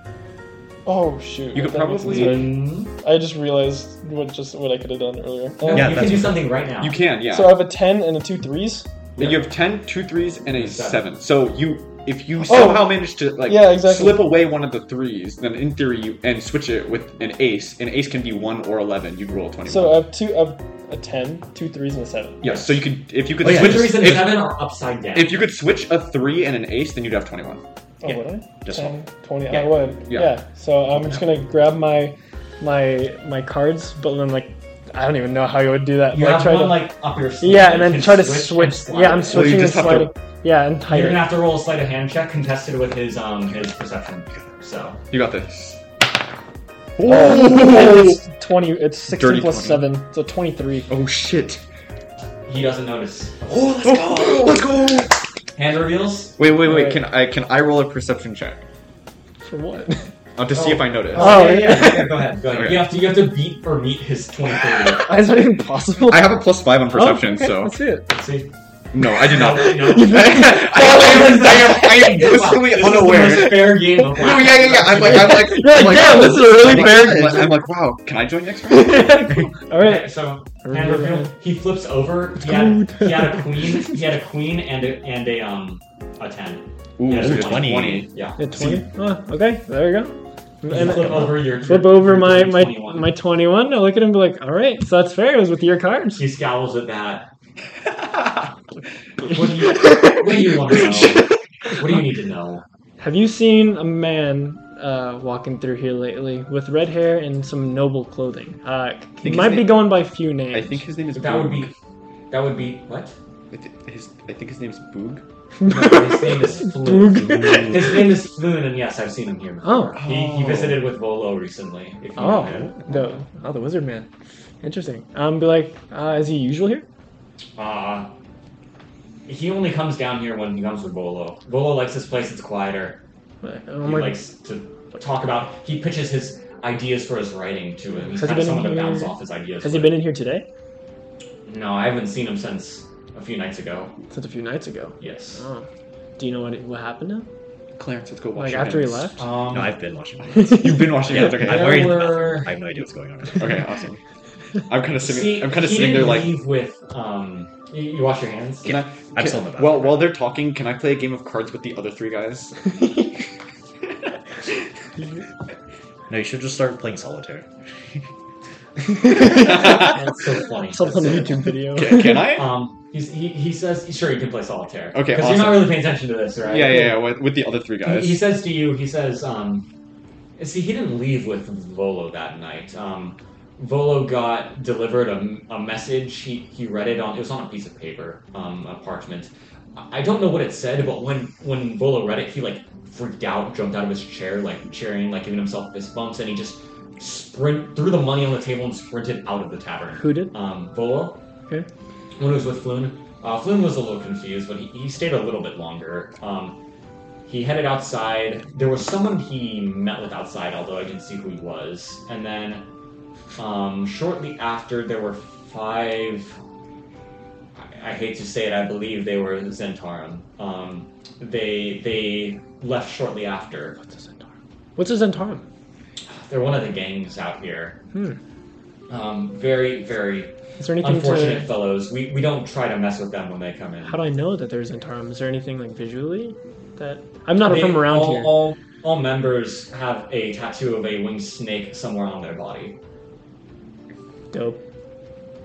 Oh shoot! You wait, could that makes probably- things hard. Mm. I just realized what just what I could have done earlier. No, Um, Yeah, you can that's- do something right now. You can. Yeah. So I have a ten and a two threes. Then You have 10, two threes, and a Seven. seven. So you, if you somehow manage to like Yeah, exactly. slip away one of the threes, then in theory you and switch it with an ace. An ace can be one or eleven. You roll twenty-one. So uh, I have two, I have a ten, two threes, and a seven. yeah. So you could, if you could Oh, yeah, The switch, threes and if, seven are upside down. if you could switch a three and an ace, then you'd have twenty-one. Oh, Yeah. would I? Just 10, 20. Yeah. I would. Yeah. Yeah. So I'm just gonna grab my my my cards, but then like I don't even know how you would do that. You Like, have try one to- like up your sleeve. yeah, you and then can try to and switch. slide yeah, I'm it. you switching and just have to- sliding. Yeah, and You're gonna tighter. have to roll a sleight of hand check contested with his um his perception. So You got this. And it's twenty. It's sixteen Dirty plus 20. seven, so twenty-three. Oh shit! he doesn't notice. Oh, let's go! Let's go! Hand reveals. Wait, wait, wait. Alright. Can I can I roll a perception check For what? uh, to see Oh. if I notice? Oh, yeah, yeah, yeah. yeah, Go ahead. Go ahead. Okay. You have to you have to beat or meet his twenty thirty. Is that even possible? I have a plus Oh, five on perception, Oh, okay, so Let's see it. See? no, I did not. No, I, no. am, I am, I am blissfully This is the unaware. most fair game. Of No, yeah, yeah, yeah. I'm like, I'm like, You're like, I'm "Damn, this is a really I'm like, fair I'm like- game." I'm like, wow, can I join next round? All right. Okay, so hand Remember reveal. that. He flips over. He had, he had a queen. He had a queen and a and a um a ten. Ooh, Yeah, dude, 20. 20. Yeah. Yeah, 20. Oh, okay, there we go. You And flip over your flip your- over my your my 21. my 21. I look at him and be like, all right, so that's fair. It was with your cards. He scowls at that. What do you, what do you want to know? What do you need to know? Have you seen a man uh, walking through here lately with red hair and some noble clothing? Uh, he his might be name- going by few names. I think his name is That would be. Boog. That would be what? I thi- His, I think his name's Boog. No, his name is Floon. Ooh. His name is Floon, and yes, I've seen him here. Oh. before. He, he visited with Volo recently. If you know Oh, him. the oh the wizard man. Interesting. Um, be like, uh, is he usual here? Uh, he only comes down here when he comes with Volo. Volo likes this place; it's quieter. Like, He oh my- likes to talk about. He pitches his ideas for his writing to him. He's Has he kind been of someone to in bounce here? off his ideas. has he with. been in here today? No, I haven't seen him since a few nights ago. Since a few nights ago. Yes. Oh. Do you know what what happened to him? Clarence, let's go Like watch your after he hands. left? Um, No, I've been watching. movies. You've been watching Yeah, hands, okay. I'm there worried. were- I have no idea what's going on. Okay, awesome. I'm kind of sitting, See, I'm kind of he sitting there didn't like, leave with um. You, you wash your hands. can I, I'm can- still in the bathroom. Well, while they're talking, can I play a game of cards with the other three guys? No, you should just start playing solitaire. can, That's so funny. Some That's so- YouTube video. can I? Um, he's, he he says sure you can play solitaire. Okay, Because you're not awesome. really paying attention to this, right? Yeah, yeah, yeah, with, with the other three guys. He, he says to you, he says, um, see, he didn't leave with Volo that night. Um, Volo got delivered a, a message. He, he read it on, it was on a piece of paper, um, a parchment. I I don't know what it said, but when, when Volo read it, he like freaked out, jumped out of his chair, like cheering, like giving himself fist bumps, and he just sprint threw the money on the table and sprinted out of the tavern Who did? um, Volo. Okay. When it was with Floon, uh, Floon was a little confused, but he, he stayed a little bit longer. Um, he headed outside. There was someone he met with outside, although I didn't see who he was. And then Um, shortly after, there were five. I, I hate to say it. I believe they were Zentarum. Um, they they left shortly after. What's a Zentarum? What's a Zentarum? They're one of the gangs out here. Hmm. Um, very very Is there anything unfortunate to? fellows. We we don't try to mess with them when they come in. How do I know that there's Antarum? Is there anything like visually that I'm not They- from around all, here? All, all members have a tattoo of a winged snake somewhere on their body. Dope.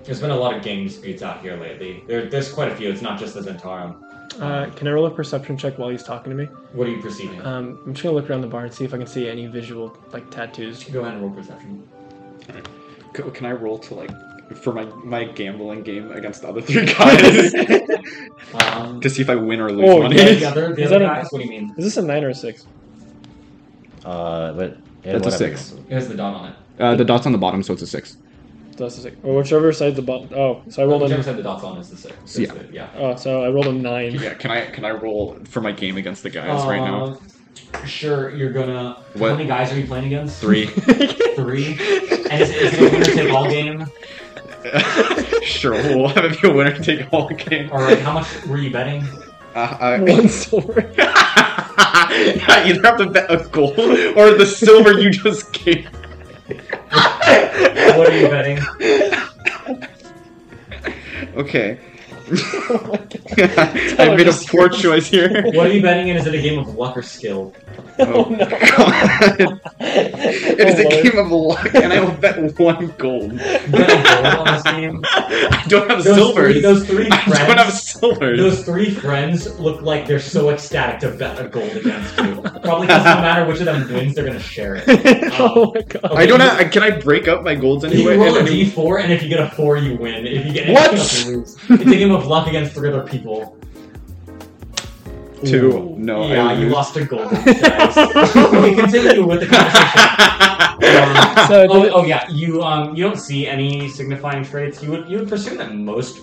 There's been a lot of gang disputes out here lately. There, there's quite a few. It's not just the Zentarum. Uh, can I roll a perception check while he's talking to me? What are you perceiving? Um, I'm just gonna look around the bar and see if I can see any visual like tattoos. Go ahead and roll perception. C- Can I roll to like for my my gambling game against the other three guys Um, to see if I win or lose Oh, money? the other, the Is other that a- guys, what do you mean? Is this a nine or a six? Uh, but yeah, That's a whatever. six. It has the dot on it. Uh, the dot's on the bottom, so it's a six. That's a six. Or whichever side the bottom. Oh, so I rolled Whichever a. side the dot's on is the six. is Yeah. the- yeah. Oh, so I rolled a nine. Yeah, can I can I roll for my game against the guys right now? Uh, Sure, you're gonna. What? How many guys are you playing against? Three. Three. And is, is it a winner take all game? sure, we'll have it be a winner take all game. All right. How much were you betting? Uh, One silver. I either have to bet a goal or the silver you just gave. What are you betting? Okay. I made a poor choice here. What are you betting? And is it a game of luck or skill? Oh, no. God. It is Oh, a Lord. game of luck, and I will bet one gold. You bet a gold on this game. I don't have Those silvers. Three, those three I don't have friends. silvers. Those three friends look like they're so ecstatic to bet a gold against you. Probably doesn't matter which of them wins, they're gonna share it. Um, oh my god. I don't have. Can I break up my golds You anyway? roll a And any- d4, and if you get a four, you win. If you get anything What? else, you lose. It's a game of luck against three other people. Two. No. I yeah, you lose. lost a gold. Guys. okay, continue with the conversation. Um, So did oh, it- oh yeah, you um you don't see any signifying traits. You would you would presume that most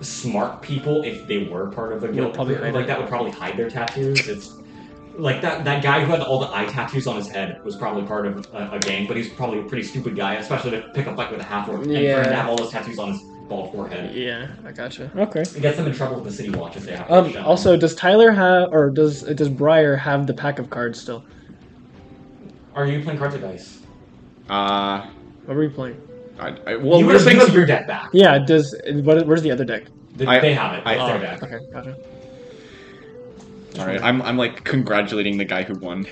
smart people, if they were part of a guild, probably hide like it. that would probably hide their tattoos. It's like that that guy who had all the eye tattoos on his head was probably part of a, a gang, but he's probably a pretty stupid guy, especially to pick a fight with a half orc and for him Yeah. to have all those tattoos on his bald forehead. yeah, I gotcha. Okay. It gets them in trouble with the city watch if they have. to Um. show them. Also, does Tyler have or does does Briar have the pack of cards still? are you playing cards or dice? Uh, What were we playing? I, I, well, you we're were saying your deck back. Yeah. Does what? Where's the other deck? They, I- they have it. I- it's their Oh, deck. Okay. Gotcha. All right, I'm, I'm like congratulating the guy who won,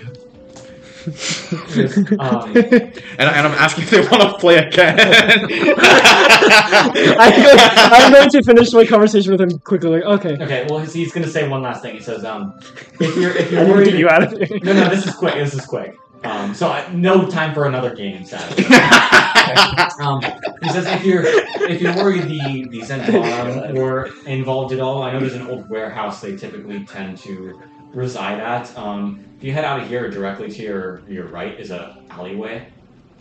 Just, um, and, and I'm asking if they want to play again. I'm going, I'm going to finish my conversation with him quickly. Like, okay. Okay, well he's, he's gonna say one last thing. He says, um, if you're if you're I'm gonna worried, get you out of here. no no this is quick this is quick. Um, so I, no time for another game sadly. Um, he says if you're if you're worried the the Zentarum were involved at all, I know there's an old warehouse they typically tend to reside at. Um, if you head out of here directly to your your right is a alleyway.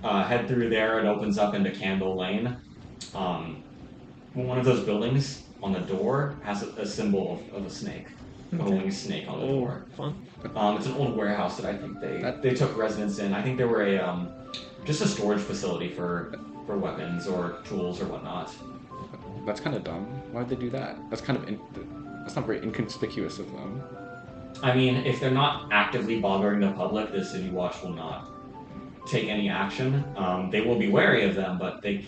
Uh, head through there, it opens up into Candle Lane. Um, one of those buildings on the door has a, a symbol of, of a snake, a winged snake on the door. fun. Um, it's an old warehouse that I think they That- they took residence in. I think they were a um, just a storage facility for for weapons or tools or whatnot. That's kind of dumb. Why'd they do that? That's kind of in, that's not very inconspicuous of them. I mean, if they're not actively bothering the public, the city watch will not take any action. Um, they will be wary of them, but they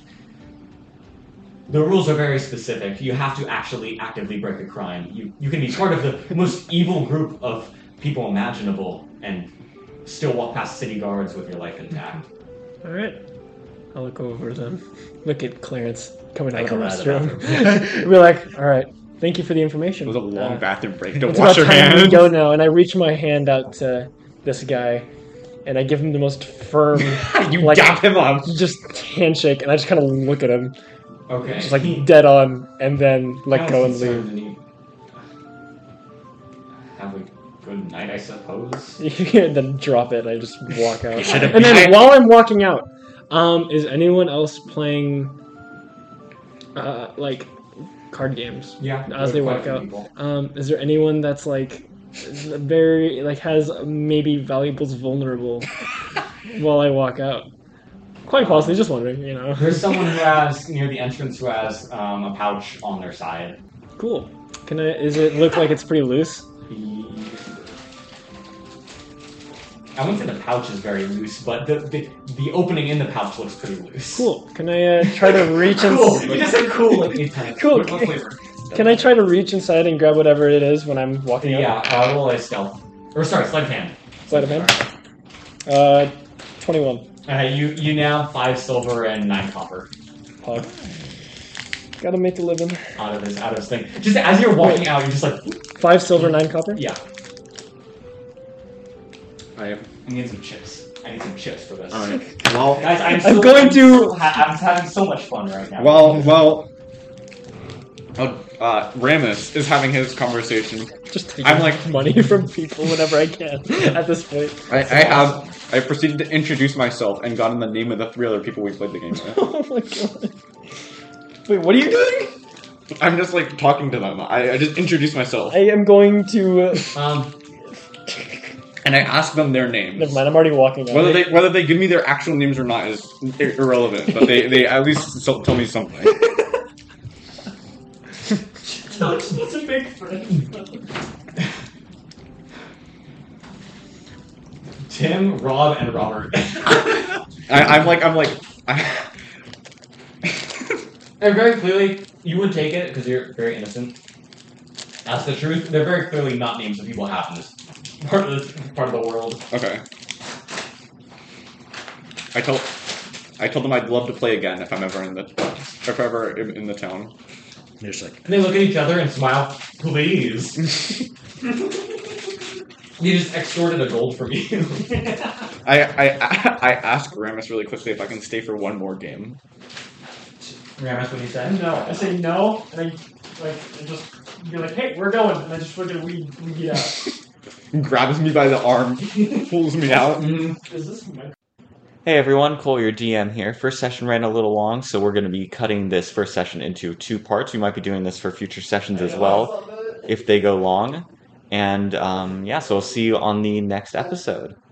the rules are very specific. You have to actually actively break a crime. You you can be part of the most evil group of people imaginable and still walk past city guards with your life intact. All right. I'll look over them. Look at Clarence coming out I of the come out of the restroom. We're like, all right. Thank you for the information. It was a long Uh, bathroom break to It's wash your about time we hands. go now, and I reach my hand out to this guy, and I give him the most firm, you like- dap him up. just handshake, and I just kind of look at him, Okay. just like dead on, and then let Sounds go and leave. concerned you- Have a good night, I suppose. and then drop it. And I just walk out. You should have and then beat while I'm walking out, um, is anyone else playing, uh, like, card games? Yeah. As they walk out. Um, is there anyone that's like very like has maybe valuables vulnerable while I walk out? Quite possibly, just wondering, you know. There's someone who has near the entrance who has um, a pouch on their side. Cool. Can I? Is it look like it's pretty loose? I wouldn't say the pouch is very loose, but the, the the opening in the pouch looks pretty loose. Cool. Can I uh, try to reach and? Cool. You just said cool like eight times. Cool. What- what flavor? Can I try to reach inside and grab whatever it is when I'm walking out? Yeah. Uh, roll a stealth. Or sorry, sleight of hand. Sleight of hand. Uh, 21. Uh, you you now have five silver and nine copper Pog. Gotta make a living. out of this out of this thing. Just as you're walking out, you're just like Five silver, nine copper. yeah. I am. I need some chips. I need some chips for this. Alright. Well, Guys, I'm, I'm so- going to- so ha- I'm having so much fun right now. well, well. Oh, Uh, Ramus is having his conversation. Just take I'm like- money from people whenever I can. At this point. I, I have. I proceeded to introduce myself and got in the name of the three other people we played the game with. Oh my god. Wait, what are you doing? I'm just like talking to them. I, I just introduced myself I am going to. Uh, um, and I asked them their names. never mind. I'm already walking out. Whether they whether they give me their actual names or not is ir- irrelevant, but they, they at least so- tell me something. that's a big friend. Tim, Rob, and Robert. I, I'm like I'm like I, They're very clearly you would take it because you're very innocent. That's the truth. They're very clearly not names that people have in this part of this part of the world. okay. I told I told them I'd love to play again if I'm ever in the if ever in, in the town. They're just like, And they look at each other and smile. Please. you just extorted a gold from you. I I I ask Ramus really quickly if I can stay for one more game. Ramus, what do you say? No, I say no, and then like and just be like, hey, we're going, and I just fucking we we get out. Grabs me by the arm, pulls me out. Is this my? Hey everyone, Cole, your GM here. First session ran a little long, so we're going to be cutting this first session into two parts. We might be doing this for future sessions as well if they go long. And um, yeah, so we'll see you on the next episode.